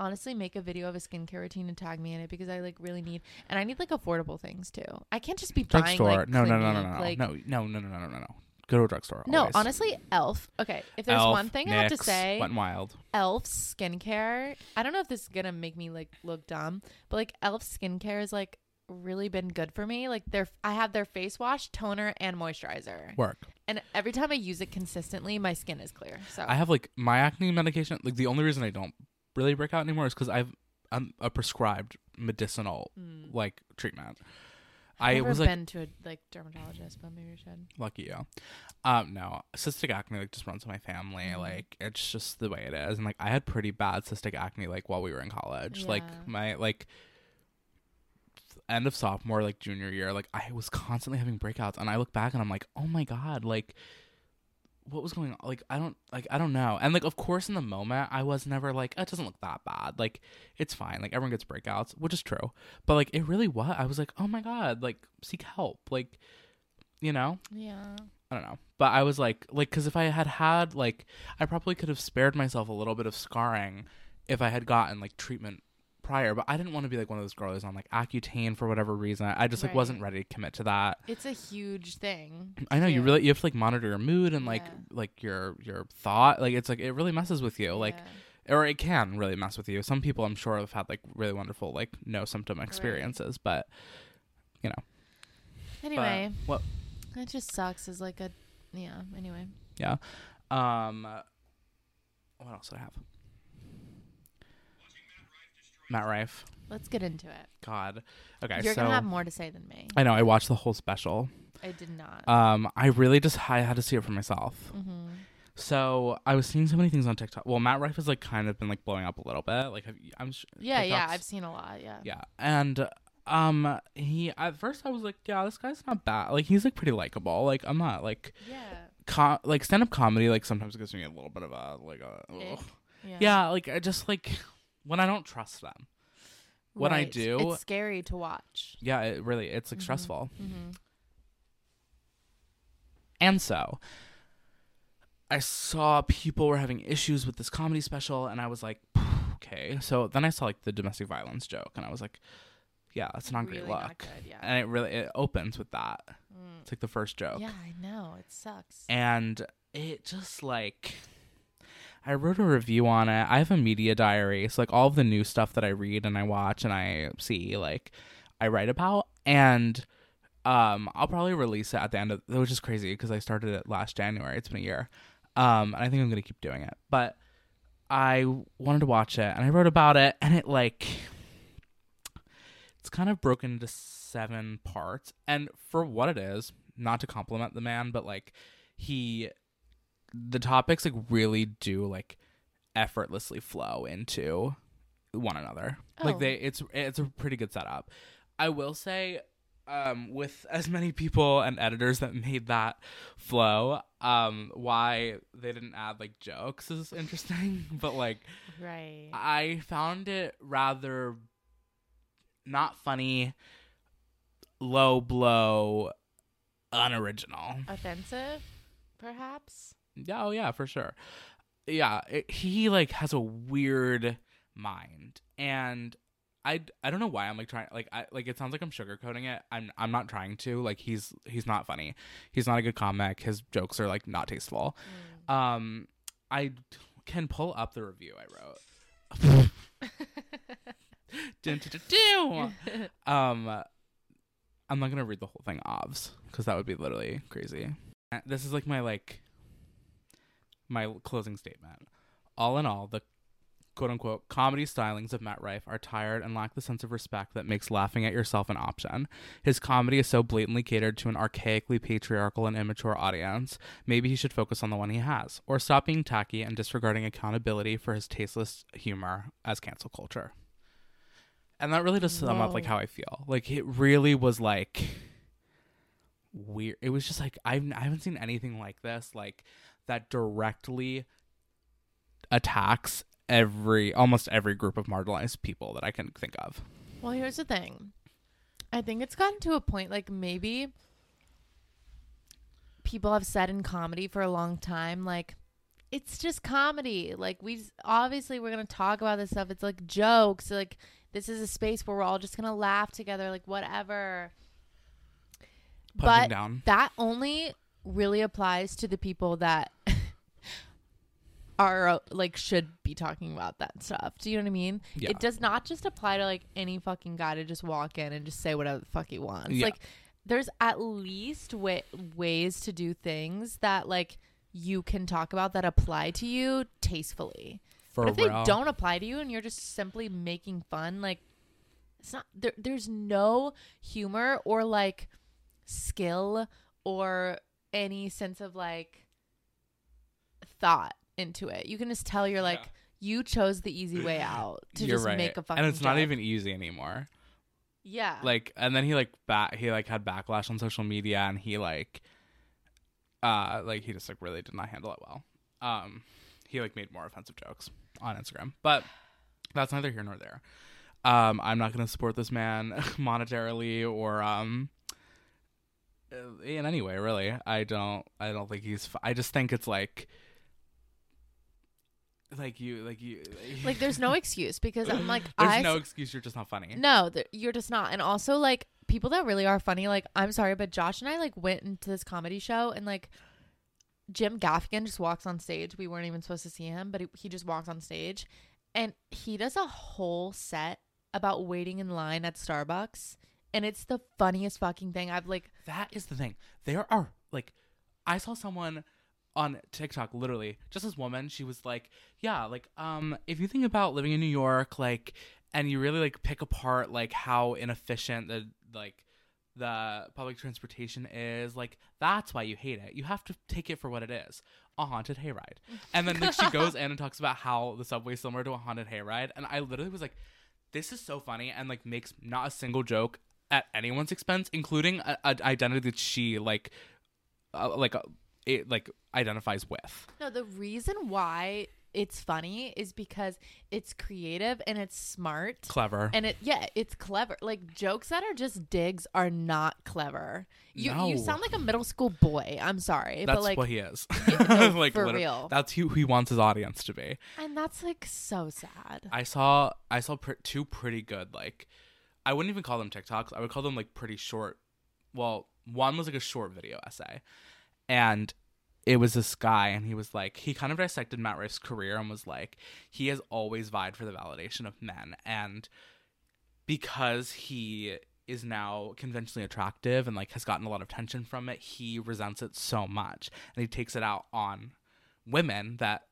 honestly make a video of a skincare routine and tag me in it because I like really need and I need like affordable things too. I can't just be buying
drugstore.
like
no, no, no, no,
Clinique,
no, no,
like
no, no, no, no, no, no, no. Go to a drugstore.
No,
always.
honestly, Elf. Okay, if there's
Elf,
one thing I have to
Nyx,
say,
went wild.
Elf skincare. I don't know if this is gonna make me like look dumb, but like Elf skincare has like really been good for me. Like their, I have their face wash, toner, and moisturizer,
Work.
and every time I use it consistently, my skin is clear. So
I have like my acne medication. Like the only reason I don't really break out anymore is because I've I'm a prescribed medicinal
Mm.
like treatment.
I've
I
never
was like
been to a like dermatologist, but maybe I should.
lucky you. Um, no, cystic acne like just runs in my family.
Mhm.
Like it's just the way it is. And like I had pretty bad cystic acne like while we were in college. Like
Yeah.
my like end of sophomore like junior year like i was constantly having breakouts and i look back and i'm like oh my god like what was going on like i don't like i don't know and like of course in the moment i was never like it doesn't look that bad like it's fine like everyone gets breakouts which is true but like it really was i was like oh my god like seek help like you know
Yeah.
I don't know. But I was like, like, because if I had had, like, I probably could have spared myself a little bit of scarring if I had gotten, like, treatment prior. But I didn't want to be, like, one of those girls on, like, Accutane for whatever reason. I just, like,
Right.
wasn't ready to commit to that.
It's a huge thing.
I know you
Yeah.
really, you have to, like, monitor your mood and, like,
Yeah.
like your, your thought. Like, it's, like, it really messes with you. Like,
Yeah.
or it can really mess with you. Some people, I'm sure, have had, like, really wonderful, like, no symptom experiences. But, but
Anyway,
what,
it just sucks. Is like a yeah. Anyway,
Um, what else do I have? Matt Rife.
let's get into it.
God. Okay,
You're
so
gonna have more to say than me.
I know I watched the whole special.
I did not.
Um, I really just I had to see it for myself.
mm-hmm.
So I was seeing so many things on TikTok. Well, Matt Rife has like kind of been like blowing up a little bit. Like have you- I'm. Sh-
Yeah, yeah,
TikToks-
I've seen a lot. Yeah.
yeah, and um, he at first I was like, yeah, this guy's not bad. Like he's like pretty likable. Like I'm not like
Yeah.
com- like stand up comedy. Like sometimes gives me a little bit of a like a.
Ick.
ugh. Yeah, like I just like when I don't trust them. When I
Right.
do-
it's scary to watch.
Yeah, it really it's like
Mhm.
stressful.
Mm-hmm.
And so I saw people were having issues with this comedy special and I was like, okay. So then I saw like the domestic violence joke and I was like, yeah, it's not great
Really not
luck.
good, yeah.
And it really it opens with that.
Mm.
It's like the first joke.
Yeah, I know it sucks.
and it just like I wrote a review on it. I have a media diary, so like all of the new stuff that I read and I watch and I see, like I write about, and um, I'll probably release it at the end of, which is crazy because I started it last January. It's been a year, um, and I think I'm gonna keep doing it. But I wanted to watch it, and I wrote about it, and it like it's kind of broken into seven parts, and for what it is, not to compliment the man, but like he the topics like really do like effortlessly flow into one another. Like
Oh.
they it's it's a pretty good setup. I will say um with as many people and editors that made that flow, um why they didn't add like jokes is interesting, but like
right.
I found it rather not funny, low blow, unoriginal.
Offensive, perhaps.
Yeah, oh yeah, for sure. Yeah, it, he like has a weird mind, and I I don't know why I'm like trying like I like it sounds like I'm sugarcoating it. I'm I'm not trying to. Like he's he's not funny. He's not a good comic. His jokes are like not tasteful. Um, I can pull up the review I wrote. Mm. Dun, dun, dun,
Mm.
dun. um, I'm not gonna read the whole thing, obvs, because that would be literally crazy. Uh, This is like my like my l- closing statement. All in all, the quote unquote comedy stylings of Matt Rife are tired and lack the sense of respect that makes laughing at yourself an option. His comedy is so blatantly catered to an archaically patriarchal and immature audience. Maybe he should focus on the one he has, or stop being tacky and disregarding accountability for his tasteless humor as cancel culture. And that really does sum up like
Whoa.
how I feel. Like it really was like weird. It was just like I've I haven't seen anything like this. Like that directly attacks every almost every group of marginalized people that I can think of.
well, here's the thing. I think it's gotten to a point like maybe people have said in comedy for a long time like it's just comedy. Like we obviously we're gonna talk about this stuff. It's like jokes. Like this is a space where we're all just gonna laugh together. Like whatever. But
Punching down.
that only really applies to the people that are uh, like should be talking about that stuff. Do you know what I mean?
Yeah.
It does not just apply to like any fucking guy to just walk in and just say whatever the fuck he wants.
Yeah.
Like there's at least wa- ways to do things that like you can talk about that apply to you tastefully.
For
but if they
real.
don't apply to you and you're just simply making fun, like it's not there, there's no humor or like skill or any sense of like thought into it. You can just tell you're like
Yeah.
you chose the easy way out to
You're
just
right.
make a fucking
and it's not
joke.
even easy anymore.
yeah
like and then he like back he like had backlash on social media and he like uh like he just like really did not handle it well um he like made more offensive jokes on instagram but that's neither here nor there um i'm not gonna support this man monetarily or um uh, in any way really i don't i don't think he's f- i just think it's like like you like you
like there's no excuse because I'm like
there's
I
no excuse you're just not funny
No, th- you're just not. And also, like, people that really are funny, like, I'm sorry, but Josh and I, like, went into this comedy show and, like, Jim Gaffigan just walks on stage. We weren't even supposed to see him, but he, he just walks on stage. And he does a whole set about waiting in line at Starbucks. And it's the funniest fucking thing. I've, like,
That is the thing. There are like, I saw someone on TikTok literally just this woman. She was like, yeah, like um, if you think about living in New York, like, and you really like pick apart like how inefficient the like the public transportation is, like that's why you hate it. You have to take it for what it is. A haunted hayride. And then like she goes in and talks about how the subway is similar to a haunted hayride. And I literally was like, this is so funny and like makes not a single joke at anyone's expense, including a- an identity that she like, uh, like uh, it like identifies with.
No, the reason why it's funny is because it's creative and it's smart.
Clever.
And it yeah, it's clever. Like jokes that are just digs are not clever. You you
No.
sound like a middle school boy. I'm sorry,
that's
but like
what he is.
no, for
literally-
real.
That's who he wants his audience to be.
and that's like so sad.
I saw I saw pr- two pretty good like I wouldn't even call them TikToks. I would call them like pretty short. Well, one was like a short video essay, and it was this guy, and he was like he kind of dissected Matt Riff's career and was like he has always vied for the validation of men, and because he is now conventionally attractive and like has gotten a lot of attention from it, he resents it so much, and he takes it out on women that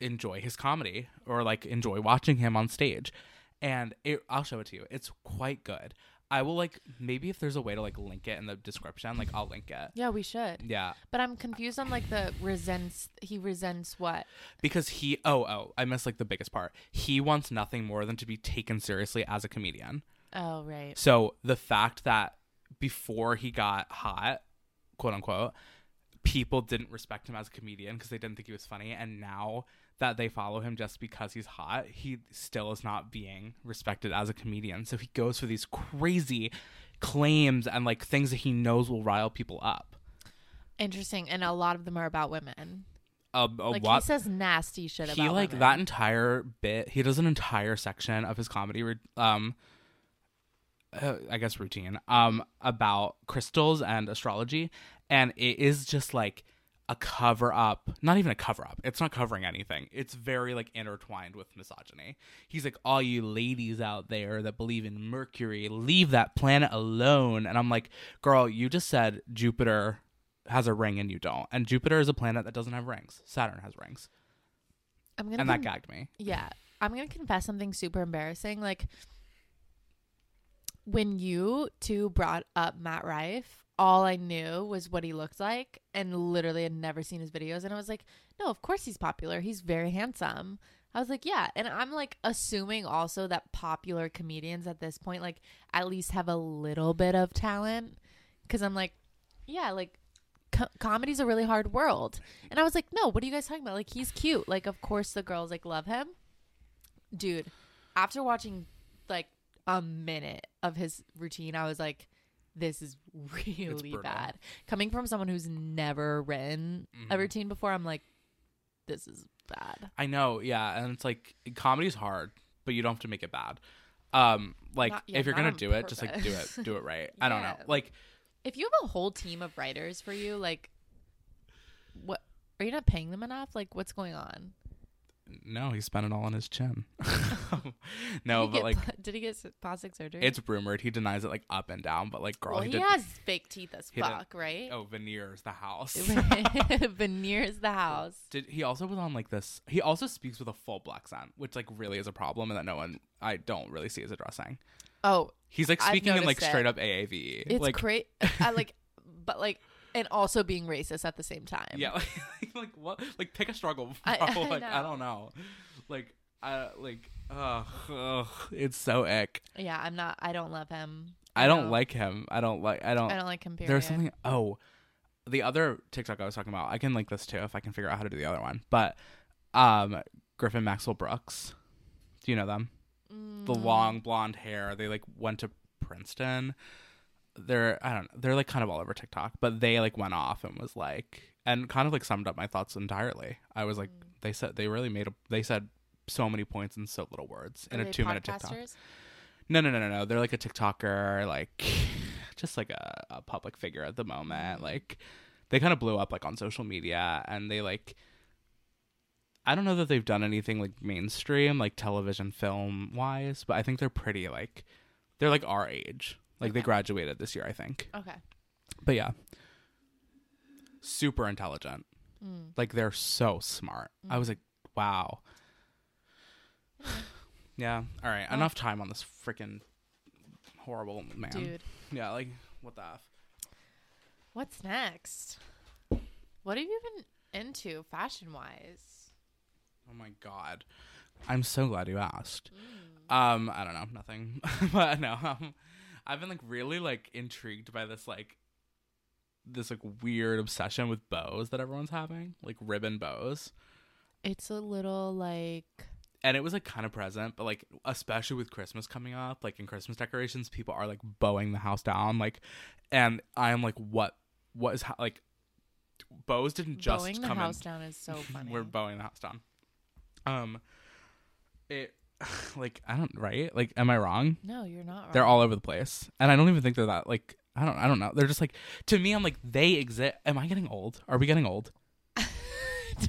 enjoy his comedy or like enjoy watching him on stage. And it, I'll show it to you. It's quite good. I will like maybe if there's a way to like link it in the description, like I'll link it.
yeah, we should.
Yeah,
But I'm confused on like the resents he resents what?
because he oh oh I missed like the biggest part. He wants nothing more than to be taken seriously as a comedian.
Oh right.
So the fact that before he got hot, quote unquote, people didn't respect him as a comedian because they didn't think he was funny, and now that they follow him just because he's hot, he still is not being respected as a comedian. So he goes for these crazy claims and like things that he knows will rile people up.
Interesting. And a lot of them are about women.
A, a
Like
lot.
he says nasty shit about
he like
women.
that entire bit he does an entire section of his comedy re- um uh, i guess routine um about crystals and astrology and it is just like a cover up not even a cover up it's not covering anything it's very like intertwined with misogyny he's like all you ladies out there that believe in mercury leave that planet alone and i'm like girl you just said jupiter has a ring and you don't and jupiter is a planet that doesn't have rings saturn has rings
I'm gonna
and that
con-
gagged me.
Yeah. I'm going to confess something super embarrassing. Like, when you two brought up Matt Rife, all I knew was what he looked like and literally had never seen his videos. And I was like, no, of course he's popular. He's very handsome. I was like, yeah. And I'm like assuming also that popular comedians at this point, like, at least have a little bit of talent. Cause I'm like, yeah, like, co- comedy's a really hard world. And I was like, no, what are you guys talking about? Like, he's cute. Like, of course the girls like love him. Dude, after watching like a minute of his routine, I was like, this is really
brutal.
bad. Coming from someone who's never written a routine before, I'm like, this is bad.
Mm-hmm. I know, yeah, and it's like comedy's hard, but you don't have to make it bad. Um, like
Not- yeah,
if you're
not
gonna
on
do it, just like do
purpose.
it, do it right. I don't know,
Yeah.
like
If you have a whole team of writers for you, like what are you not paying them enough? Like, what's going on?
No, he spent it all on his chin.
Did he
no, but
get
like
pla- did he get s- plastic surgery?
it's rumored. He denies it like up and down, but like girl,
well,
he
he,
did.
has fake teeth as
he did-
fuck, right?
oh, veneers the house.
Veneers the house.
Did he also was on like this? He also speaks with a full black accent, which like really is a problem, and that no one I don't really see is addressing.
Oh,
He's like
I've
speaking in like
noticed it.
straight up AAVE.
it's
E. like
great. I like, but like, and also being racist at the same time.
yeah, like, like what? Like pick a struggle, bro.
I- I
like
know.
I don't know. Like I like ugh, ugh it's so ick.
yeah. I'm not. I don't love him.
I don't
know.
like him. I don't like. I don't.
I don't like him. Period.
there's something. Oh, the other TikTok I was talking about. I can link this too if I can figure out how to do the other one. But um, Griffin Maxwell Brooks. Do you know them? the
Mm,
long blonde hair. They like went to Princeton. They're I don't know. They're like kind of all over TikTok, but they like went off and was like and kind of like summed up my thoughts entirely. I was like,
Mm.
they said they really made a they said so many points in so little words in
are
a
they
two minute TikTok.
podcasters?
No, no, no, no, no. They're like a TikToker, like just like a, a public figure at the moment. Like they kind of blew up like on social media and they like I don't know that they've done anything like mainstream, like television film wise, but I think they're pretty like they're like our age. Like they
Okay.
graduated this year, I think.
Okay.
But yeah. Super intelligent.
Mm.
Like they're so smart. I was like, wow. yeah. All right. Enough time on this freaking horrible man.
Dude,
Yeah. Like, what the f?
what's next? What have you been into fashion wise?
Oh my god. I'm so glad you asked. Um, I don't know, nothing. but no, um, I've been like really like intrigued by this like this like weird obsession with bows that everyone's having, like ribbon bows.
It's a little like
and it was like kind of present, but like especially with Christmas coming up, like in Christmas decorations, people are like bowing the house down, like, and I'm like, what, what is ho- like, bows didn't just
bowing the
come
house
in.
down is so funny.
We're bowing the house down. Um, it, like, I don't right, like, am I wrong?
no, you're not. Wrong.
They're all over the place, and I don't even think they're that like. I don't. I don't know. They're just like to me. I'm like they exist. Am I getting old? Are we getting old?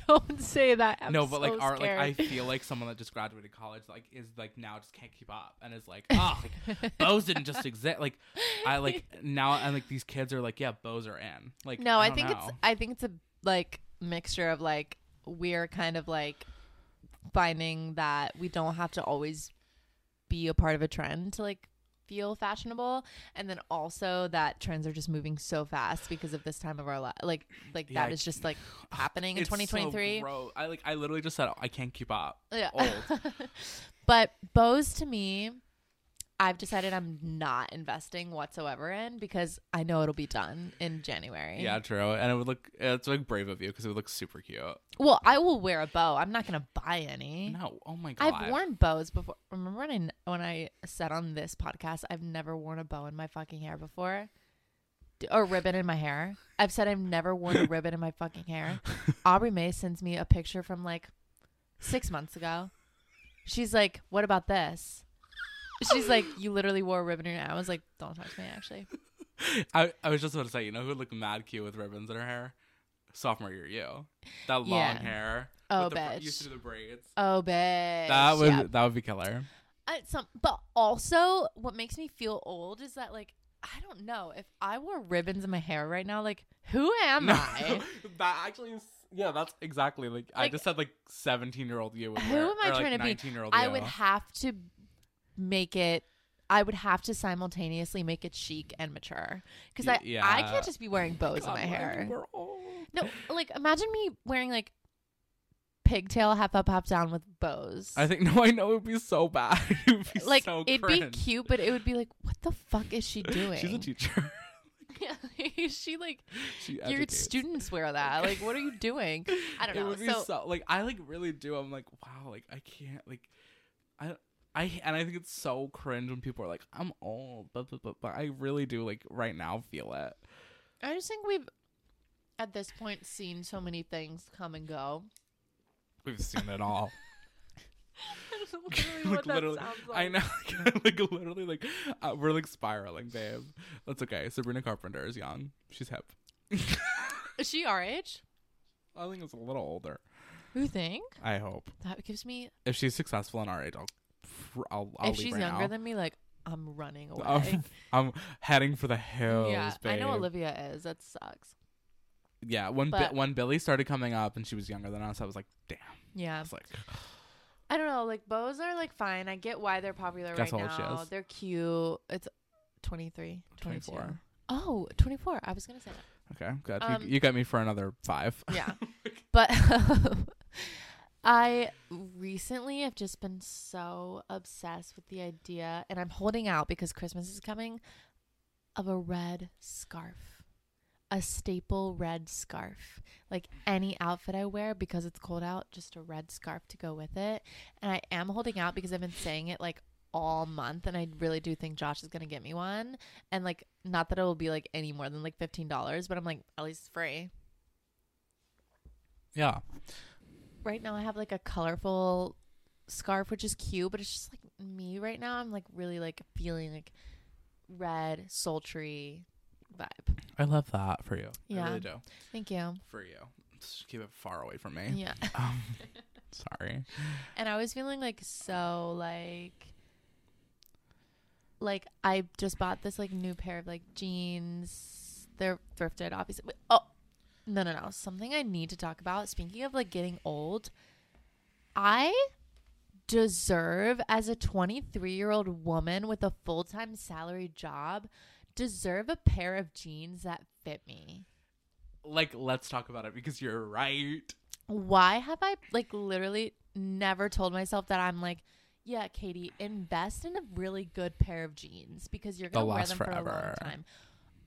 Don't say that. I'm
no, but like
so
our like I
scared.
feel like someone that just graduated college like is like now just can't keep up and is like, oh, like, bows didn't just exist. Like I like now and like these kids are like, yeah, bows are in. Like
no, I,
don't
think it's
know.
I think it's a like mixture of like we're kind of like finding that we don't have to always be a part of a trend to like feel fashionable and then also that trends are just moving so fast because of this time of our life like like
Yeah,
that
I-
is just like happening in
It's so
2023
gross. I like I literally just said I can't keep up.
yeah.
Old.
but bows to me I've decided I'm not investing whatsoever in because I know it'll be done in January.
Yeah, true. And it would look it's like brave of you because it would look super cute.
Well, I will wear a bow. I'm not gonna buy any.
No, oh my god.
Eh. I've worn bows before. Remember when I n- when I said on this podcast I've never worn a bow in my fucking hair before, D- or ribbon in my hair. I've said I've never worn a ribbon in my fucking hair. Aubrey May sends me a picture from like six months ago. She's like, "What about this?" She's like, "You literally wore a ribbon in your hair." I was like, "Don't talk to me." Actually,
I, I was just about to say, you know who would look mad cute with ribbons in her hair? Sophomore year, you. That long
Yeah.
hair.
Oh,
with the, bra-
bitch.
Used to do the braids.
oh bitch,
that would
Yeah.
that would be killer.
I, some, but also what makes me feel old is that like I don't know if I wore ribbons in my hair right now, like who am I?
that actually is yeah, that's exactly like, I
Like-
just said like seventeen year old you would
Who
wear-
am I
or, like,
trying to be?
Nineteen year old
I would have to make it. I would have to simultaneously make it chic and mature because I
Y-
I
yeah.
can't just be wearing bows in my hair.
We're old.
No, like imagine me wearing like pigtail half up half down with bows.
I think no, I know it would be so bad. it would be
like
so
it'd
cringe.
be cute, but it would be like, what the fuck is she doing?
She's a teacher.
teacher. she like
she
your
educates.
students wear that. Like, what are you doing? I don't
It
know.
would be
So,
so, like I like really do. I'm like wow, like I can't like I I and I think it's so cringe when people are like I'm old, but but but, but I really do like right now feel it.
I just think we've at this point seen so many things come and go.
We've seen it all.
That's
like literally, I know. Like, like, literally, like uh, we're like spiraling, babe. That's okay. Sabrina Carpenter is young. She's hip.
Is she our age?
I think it's a little older.
You think
I hope
that gives me?
if she's successful and our age, I'll fr- I'll, I'll
if
leave
she's
right
younger
now.
than me, like I'm running away.
I'm, I'm heading for the hills.
yeah, I know
babe.
Olivia is. That sucks.
Yeah, when Bi-
But-
when Billy started coming up and she was younger than us, I was like, damn.
Yeah,
It's like
I don't know. Like bows are like fine. I get why they're popular
Guess
right
how old she
now.
is?
They're cute. It's 23, 22.
24.
Oh, 24. I was gonna say that.
okay, good.
Um,
you, you got me for another five.
Yeah, but I recently have just been so obsessed with the idea, and I'm holding out because Christmas is coming, of a red scarf, a staple red scarf. Like any outfit I wear because it's cold out, just a red scarf to go with it. And I am holding out because I've been saying it like all month and I really do think Josh is going to get me one. And like not that it will be like any more than like $15, but I'm like at least it's free.
Yeah.
Right now I have like a colorful scarf which is cute, but it's just like me right now I'm like really like feeling like red sultry vibe.
I love that for you. I
Yeah.
really do.
Thank you.
For you. Just keep it far away from me.
Yeah.
Um, sorry.
And I was feeling like so like like I just bought this like new pair of like jeans. They're thrifted, obviously. Wait, oh no no no! Something I need to talk about. Speaking of like getting old, I deserve as a 23 year old woman with a full time salary job deserve a pair of jeans that fit me.
Like, let's talk about it because you're right.
why have I like literally never told myself that I'm like, yeah, Katie, invest in a really good pair of jeans because you're
They'll
gonna wear
last
them for a long
forever.
time.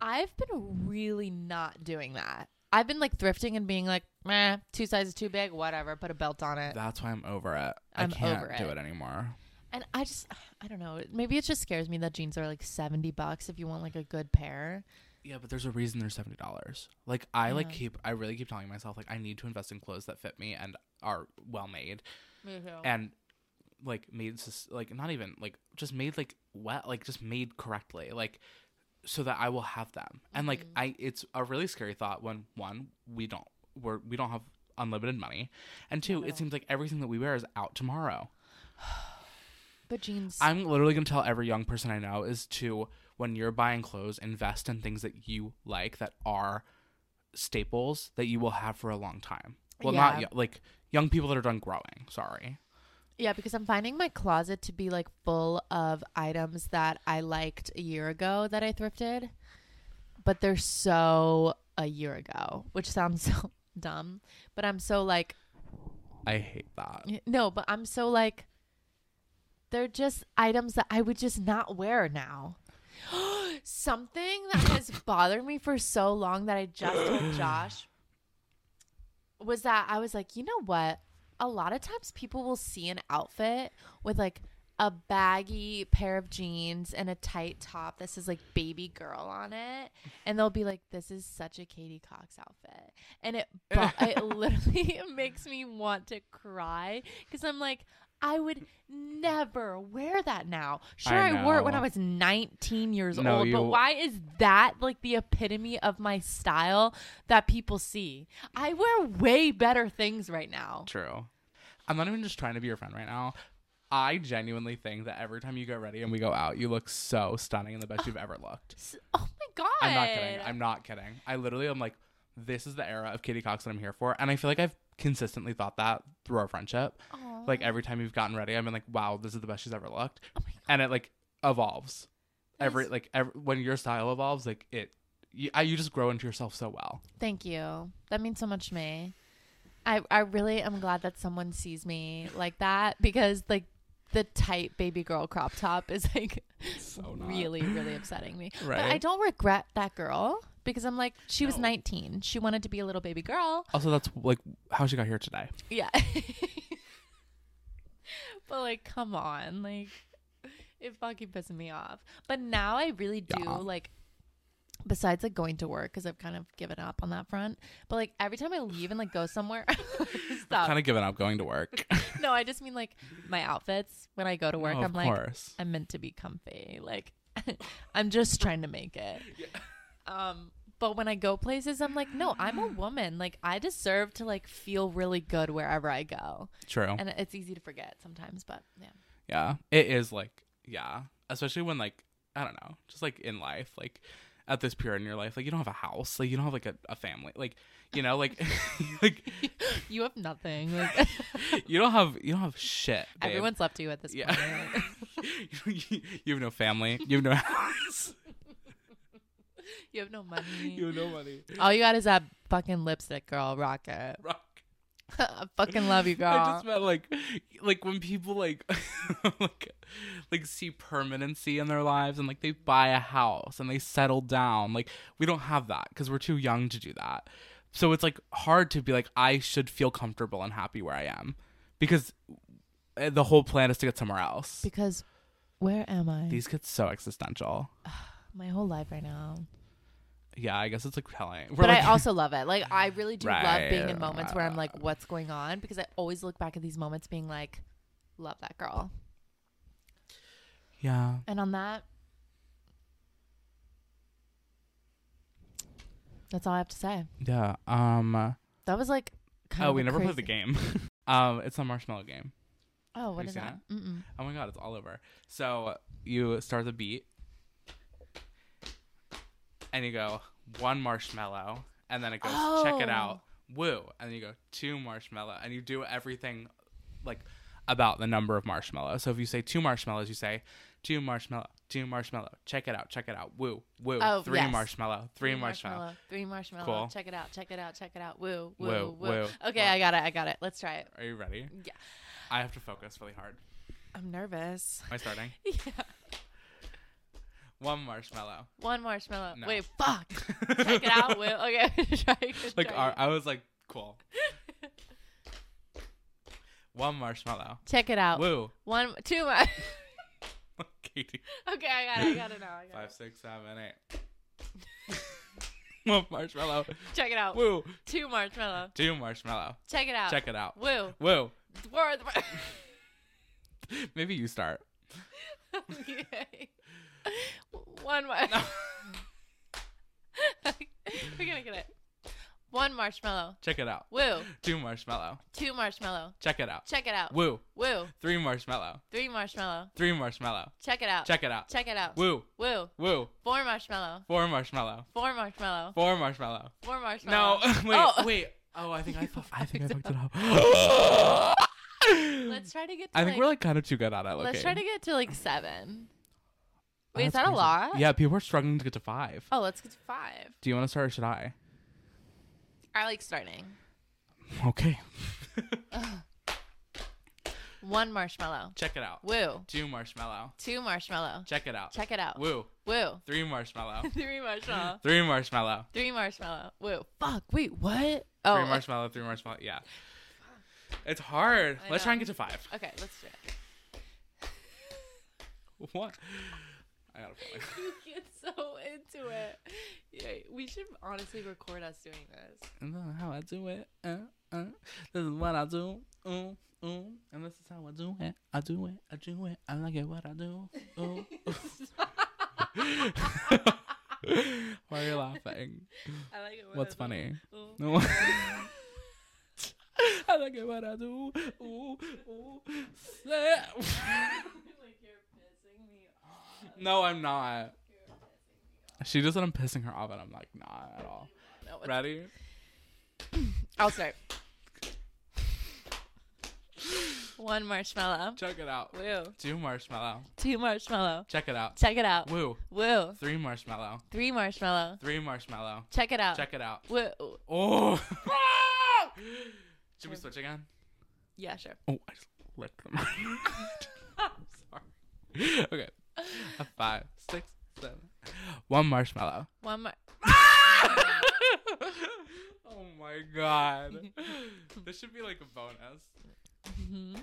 I've been really not doing that. I've been like thrifting and being like, meh, two sizes too big, whatever, put a belt on it.
That's why I'm over it.
I'm
I can't
over
do
it.
it anymore.
And I just, I don't know. Maybe it just scares me that jeans are like 70 bucks if you want like a good pair.
Yeah, but there's a reason they're seventy dollars. Like I like
Yeah.
keep I really keep telling myself like I need to invest in clothes that fit me and are well made
Me too.
and like made sus- like not even like just made like well like just made correctly like so that I will have them and like
Mm-hmm.
I it's a really scary thought when one we don't we're we don't have unlimited money and two
we
it
don't.
seems like everything that we wear is out tomorrow.
but jeans,
I'm literally gonna tell every young person I know is to when you're buying clothes, invest in things that you like that are staples that you will have for a long time. Well, not
Yeah.
yo- like young people that are done growing. Sorry.
Yeah, because I'm finding my closet to be like full of items that I liked a year ago that I thrifted, but they're so a year ago, which sounds so dumb. But I'm so like,
I hate that.
no, but I'm so like, they're just items that I would just not wear now. Something that has bothered me for so long that I just told Josh was that I was like, you know what? A lot of times people will see an outfit with like a baggy pair of jeans and a tight top that says like baby girl on it. And they'll be like, this is such a Katie Cox outfit. And it, bu- it literally makes me want to cry because I'm like, I would never wear that now. Sure,
I
I, wore it when
know.
I was 19 years
No,
old, but
you-
why is that like the epitome of my style that people see? I wear way better things right now.
True. I'm not even just trying to be your friend right now. I genuinely think that every time you get ready and we go out, you look so stunning and the best you've ever looked.
S- Oh my god!
I'm not kidding. I'm not kidding. I literally am like, this is the era of Katie Cox that I'm here for. And I feel like I've consistently thought that through our friendship.
Aw.
Like every time you've gotten ready, I've been like, wow, this is the best she's ever looked.
Oh my God.
And it like evolves.
That
Every
is-
like every, when your style evolves, like it, you, I, you just grow into yourself so well.
Thank you. That means so much to me. I I really am glad that someone sees me like that because like the tight baby girl crop top is like
So Oh, not.
really really upsetting me. But I
Right.
don't regret that girl because I'm like she was
No.
19. She wanted to be a little baby girl.
Also, that's like how she got here today.
Yeah. but like, come on, like, it fucking pisses me off. But now I really do
Yeah.
like. Besides like going to work because I've kind of given up on that front, but like every time I leave and like go somewhere, stop.
Kind of giving up going to work.
No, I just mean like my outfits when I go to work.
of
I'm like,
course.
I'm meant to be comfy. Like, I'm just trying to make it. Um, But when I go places, I'm like, no, I'm a woman. Like I deserve to like feel really good wherever I go,
True.
and it's easy to forget sometimes. But yeah,
Yeah. It is like, yeah. Especially when, like, I don't know, just like in life, like at this period in your life, like you don't have a house, like you don't have like a, a family, like, you know, like, like
you have nothing. Like,
you don't have, you don't have shit. babe.
everyone's left to you at this
Yeah.
point.
you you have no family. You have no house.
you have no money.
You have no money.
All you got is that fucking lipstick, girl. Rocket.
Rock.
I fucking love you, girl.
I just meant like, like when people like, like, like see permanency in their lives and like they buy a house and they settle down. Like we don't have that because we're too young to do that. So it's like hard to be like I should feel comfortable and happy where I am, because uh, the whole plan is to get somewhere else.
because where am I?
These get so existential.
My whole life right now.
Yeah, I guess it's like telling. We're
but
like,
I also love it. Like I really do love being
Right, uh,
in moments where I'm like, what's going on? Because I always look back at these moments being like, love that girl.
yeah.
And on that, that's all I have to say.
Yeah. Um.
That was like kind
oh,
of
we
a
never played
crazy-
the game. um, it's a marshmallow game.
Oh, what
you
is
seen
that? Mm-mm.
Oh my god, it's all over. So you start the beat, and you go one marshmallow, and then it goes check it
Oh.
out, woo, and then you go two marshmallow, and you do everything like about the number of marshmallows. So if you say two marshmallows, you say two marshmallow, two marshmallow, check it out, check it out, woo, woo, three
Oh, yes.
marshmallow, three marshmallow.
Three marshmallow.
Cool.
Check it out. Check it out. Check it out. Woo. Woo.
Woo,
Woo.
woo,
Okay,
woo.
I got it. I got it. Let's try it.
Are you ready?
Yeah.
I have to focus really hard.
I'm nervous.
Am I starting?
yeah.
One marshmallow.
One marshmallow.
No.
Wait, fuck. Check it out, Will. Okay. try it,
like
try
our,
it.
I was like, cool. One marshmallow.
Check it out.
Woo.
One, two. Mar-
Katie.
okay, I got it. I got it now. I got
Five,
it.
six, seven, eight. One marshmallow.
Check it out.
Woo.
Two marshmallow.
Two marshmallow.
Check it out.
Check it out.
Oh. Woo.
Woo.
Word.
Maybe you start.
okay. One mar- We're gonna get it. One marshmallow.
Check it out.
Woo.
Two marshmallow.
Two marshmallow.
Check it out.
Check it out.
Woo.
Woo.
Three marshmallow.
Three marshmallow.
Three marshmallow.
Check it out.
Check it out.
Check it out.
Woo.
Woo.
Woo.
Four marshmallow.
Four marshmallow.
Four marshmallow.
Four marshmallow.
Four marshmallow.
No, wait,
Oh.
wait. Oh, I think I,
You
fu- I think I
fucked
fucked it up.
Let's try to get to
I think
like,
we're like kind of too good at it.
let's
okay.
try to get to like seven.
Oh,
Wait, is that
that's
a
crazy.
lot?
Yeah, people are struggling to get to five.
Oh, let's get to five.
Do you want to start or should I?
I like starting.
Okay.
One marshmallow.
Check it out.
Woo.
Two marshmallow.
Two marshmallow.
Check it out.
Check it out.
Woo.
Woo.
Three marshmallow.
Three marshmallow.
Three marshmallow.
Three marshmallow. Woo. Fuck. Wait, what? Oh.
Three marshmallow. Three marshmallow. Yeah. It's hard.
I know.
Let's try and get to five.
Okay, let's do it.
What? I gotta feel like
You get so into it. Yeah, we should honestly record us doing this.
And this is how I do it. Uh, uh. This is what I do. Ooh, ooh. And this is how I do it. I do it. I do it. I like it what I do. Ooh. Why are you laughing?
I like it. when
What's
I-
funny?
Ooh.
No. I like it what I do. Ooh, ooh. Say-
like you're pissing me off.
no, I'm not.
You're pissing me
She just said I'm pissing her off, and I'm like, not at all.
off. No, it's-
Ready?
I'll start. One marshmallow.
Check it out.
Woo.
Two marshmallow.
Two marshmallow.
Check it out.
Check it out.
Woo.
Woo.
Three marshmallow.
Three marshmallow.
Three marshmallow.
Check it out.
Check it out.
Woo.
Oh. Should we switch again?
Yeah, sure.
Oh, I just licked them. I'm sorry. Okay. A five, six, seven. One marshmallow.
One mar-
oh my god. This should be like a bonus. Mm-hmm.
Mhm.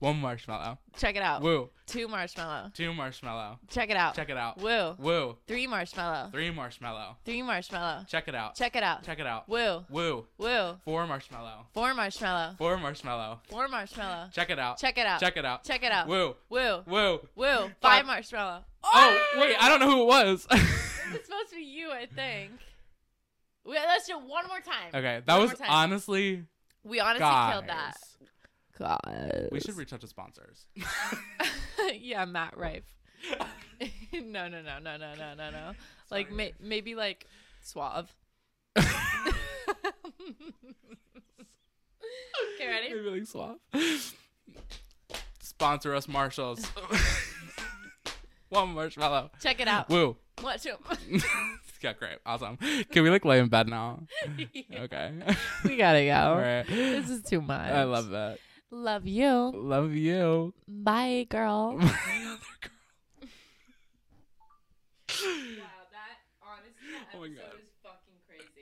One marshmallow.
Check it out.
Woo.
Two marshmallow.
Two marshmallow.
Check it out.
Check it out.
Woo.
Woo.
Three marshmallow.
Three marshmallow.
Three marshmallow.
Check it out.
Check it out.
Check it out.
Woo.
Woo.
Woo.
Four marshmallow.
Four marshmallow.
Four marshmallow.
Four marshmallow.
Check it out.
Check it out.
Check it out.
Check it out.
Woo.
Woo.
Woo.
Woo.
Five-
Five marshmallow.
Oh, wait, I don't know who it was.
it's supposed to be you, I think. We, let's do it one more time.
Okay, that
One
was
more time.
honestly
We honestly
guys.
killed that. God.
We should reach out to sponsors.
yeah, Matt Rife. no, no, no, no, no, no, no, no. Like may-
Sorry.
maybe like Suave. okay, ready?
Maybe like swap. Sponsor us, Marshalls. One marshmallow.
Check it out.
Woo.
Watch him.
yeah, great. Awesome. Can we like lay in bed now? Okay.
We gotta go.
All right.
This is too much.
I love that.
Love you.
Love you.
Bye, girl.
My other girl.
that honestly,
Oh my episode God. is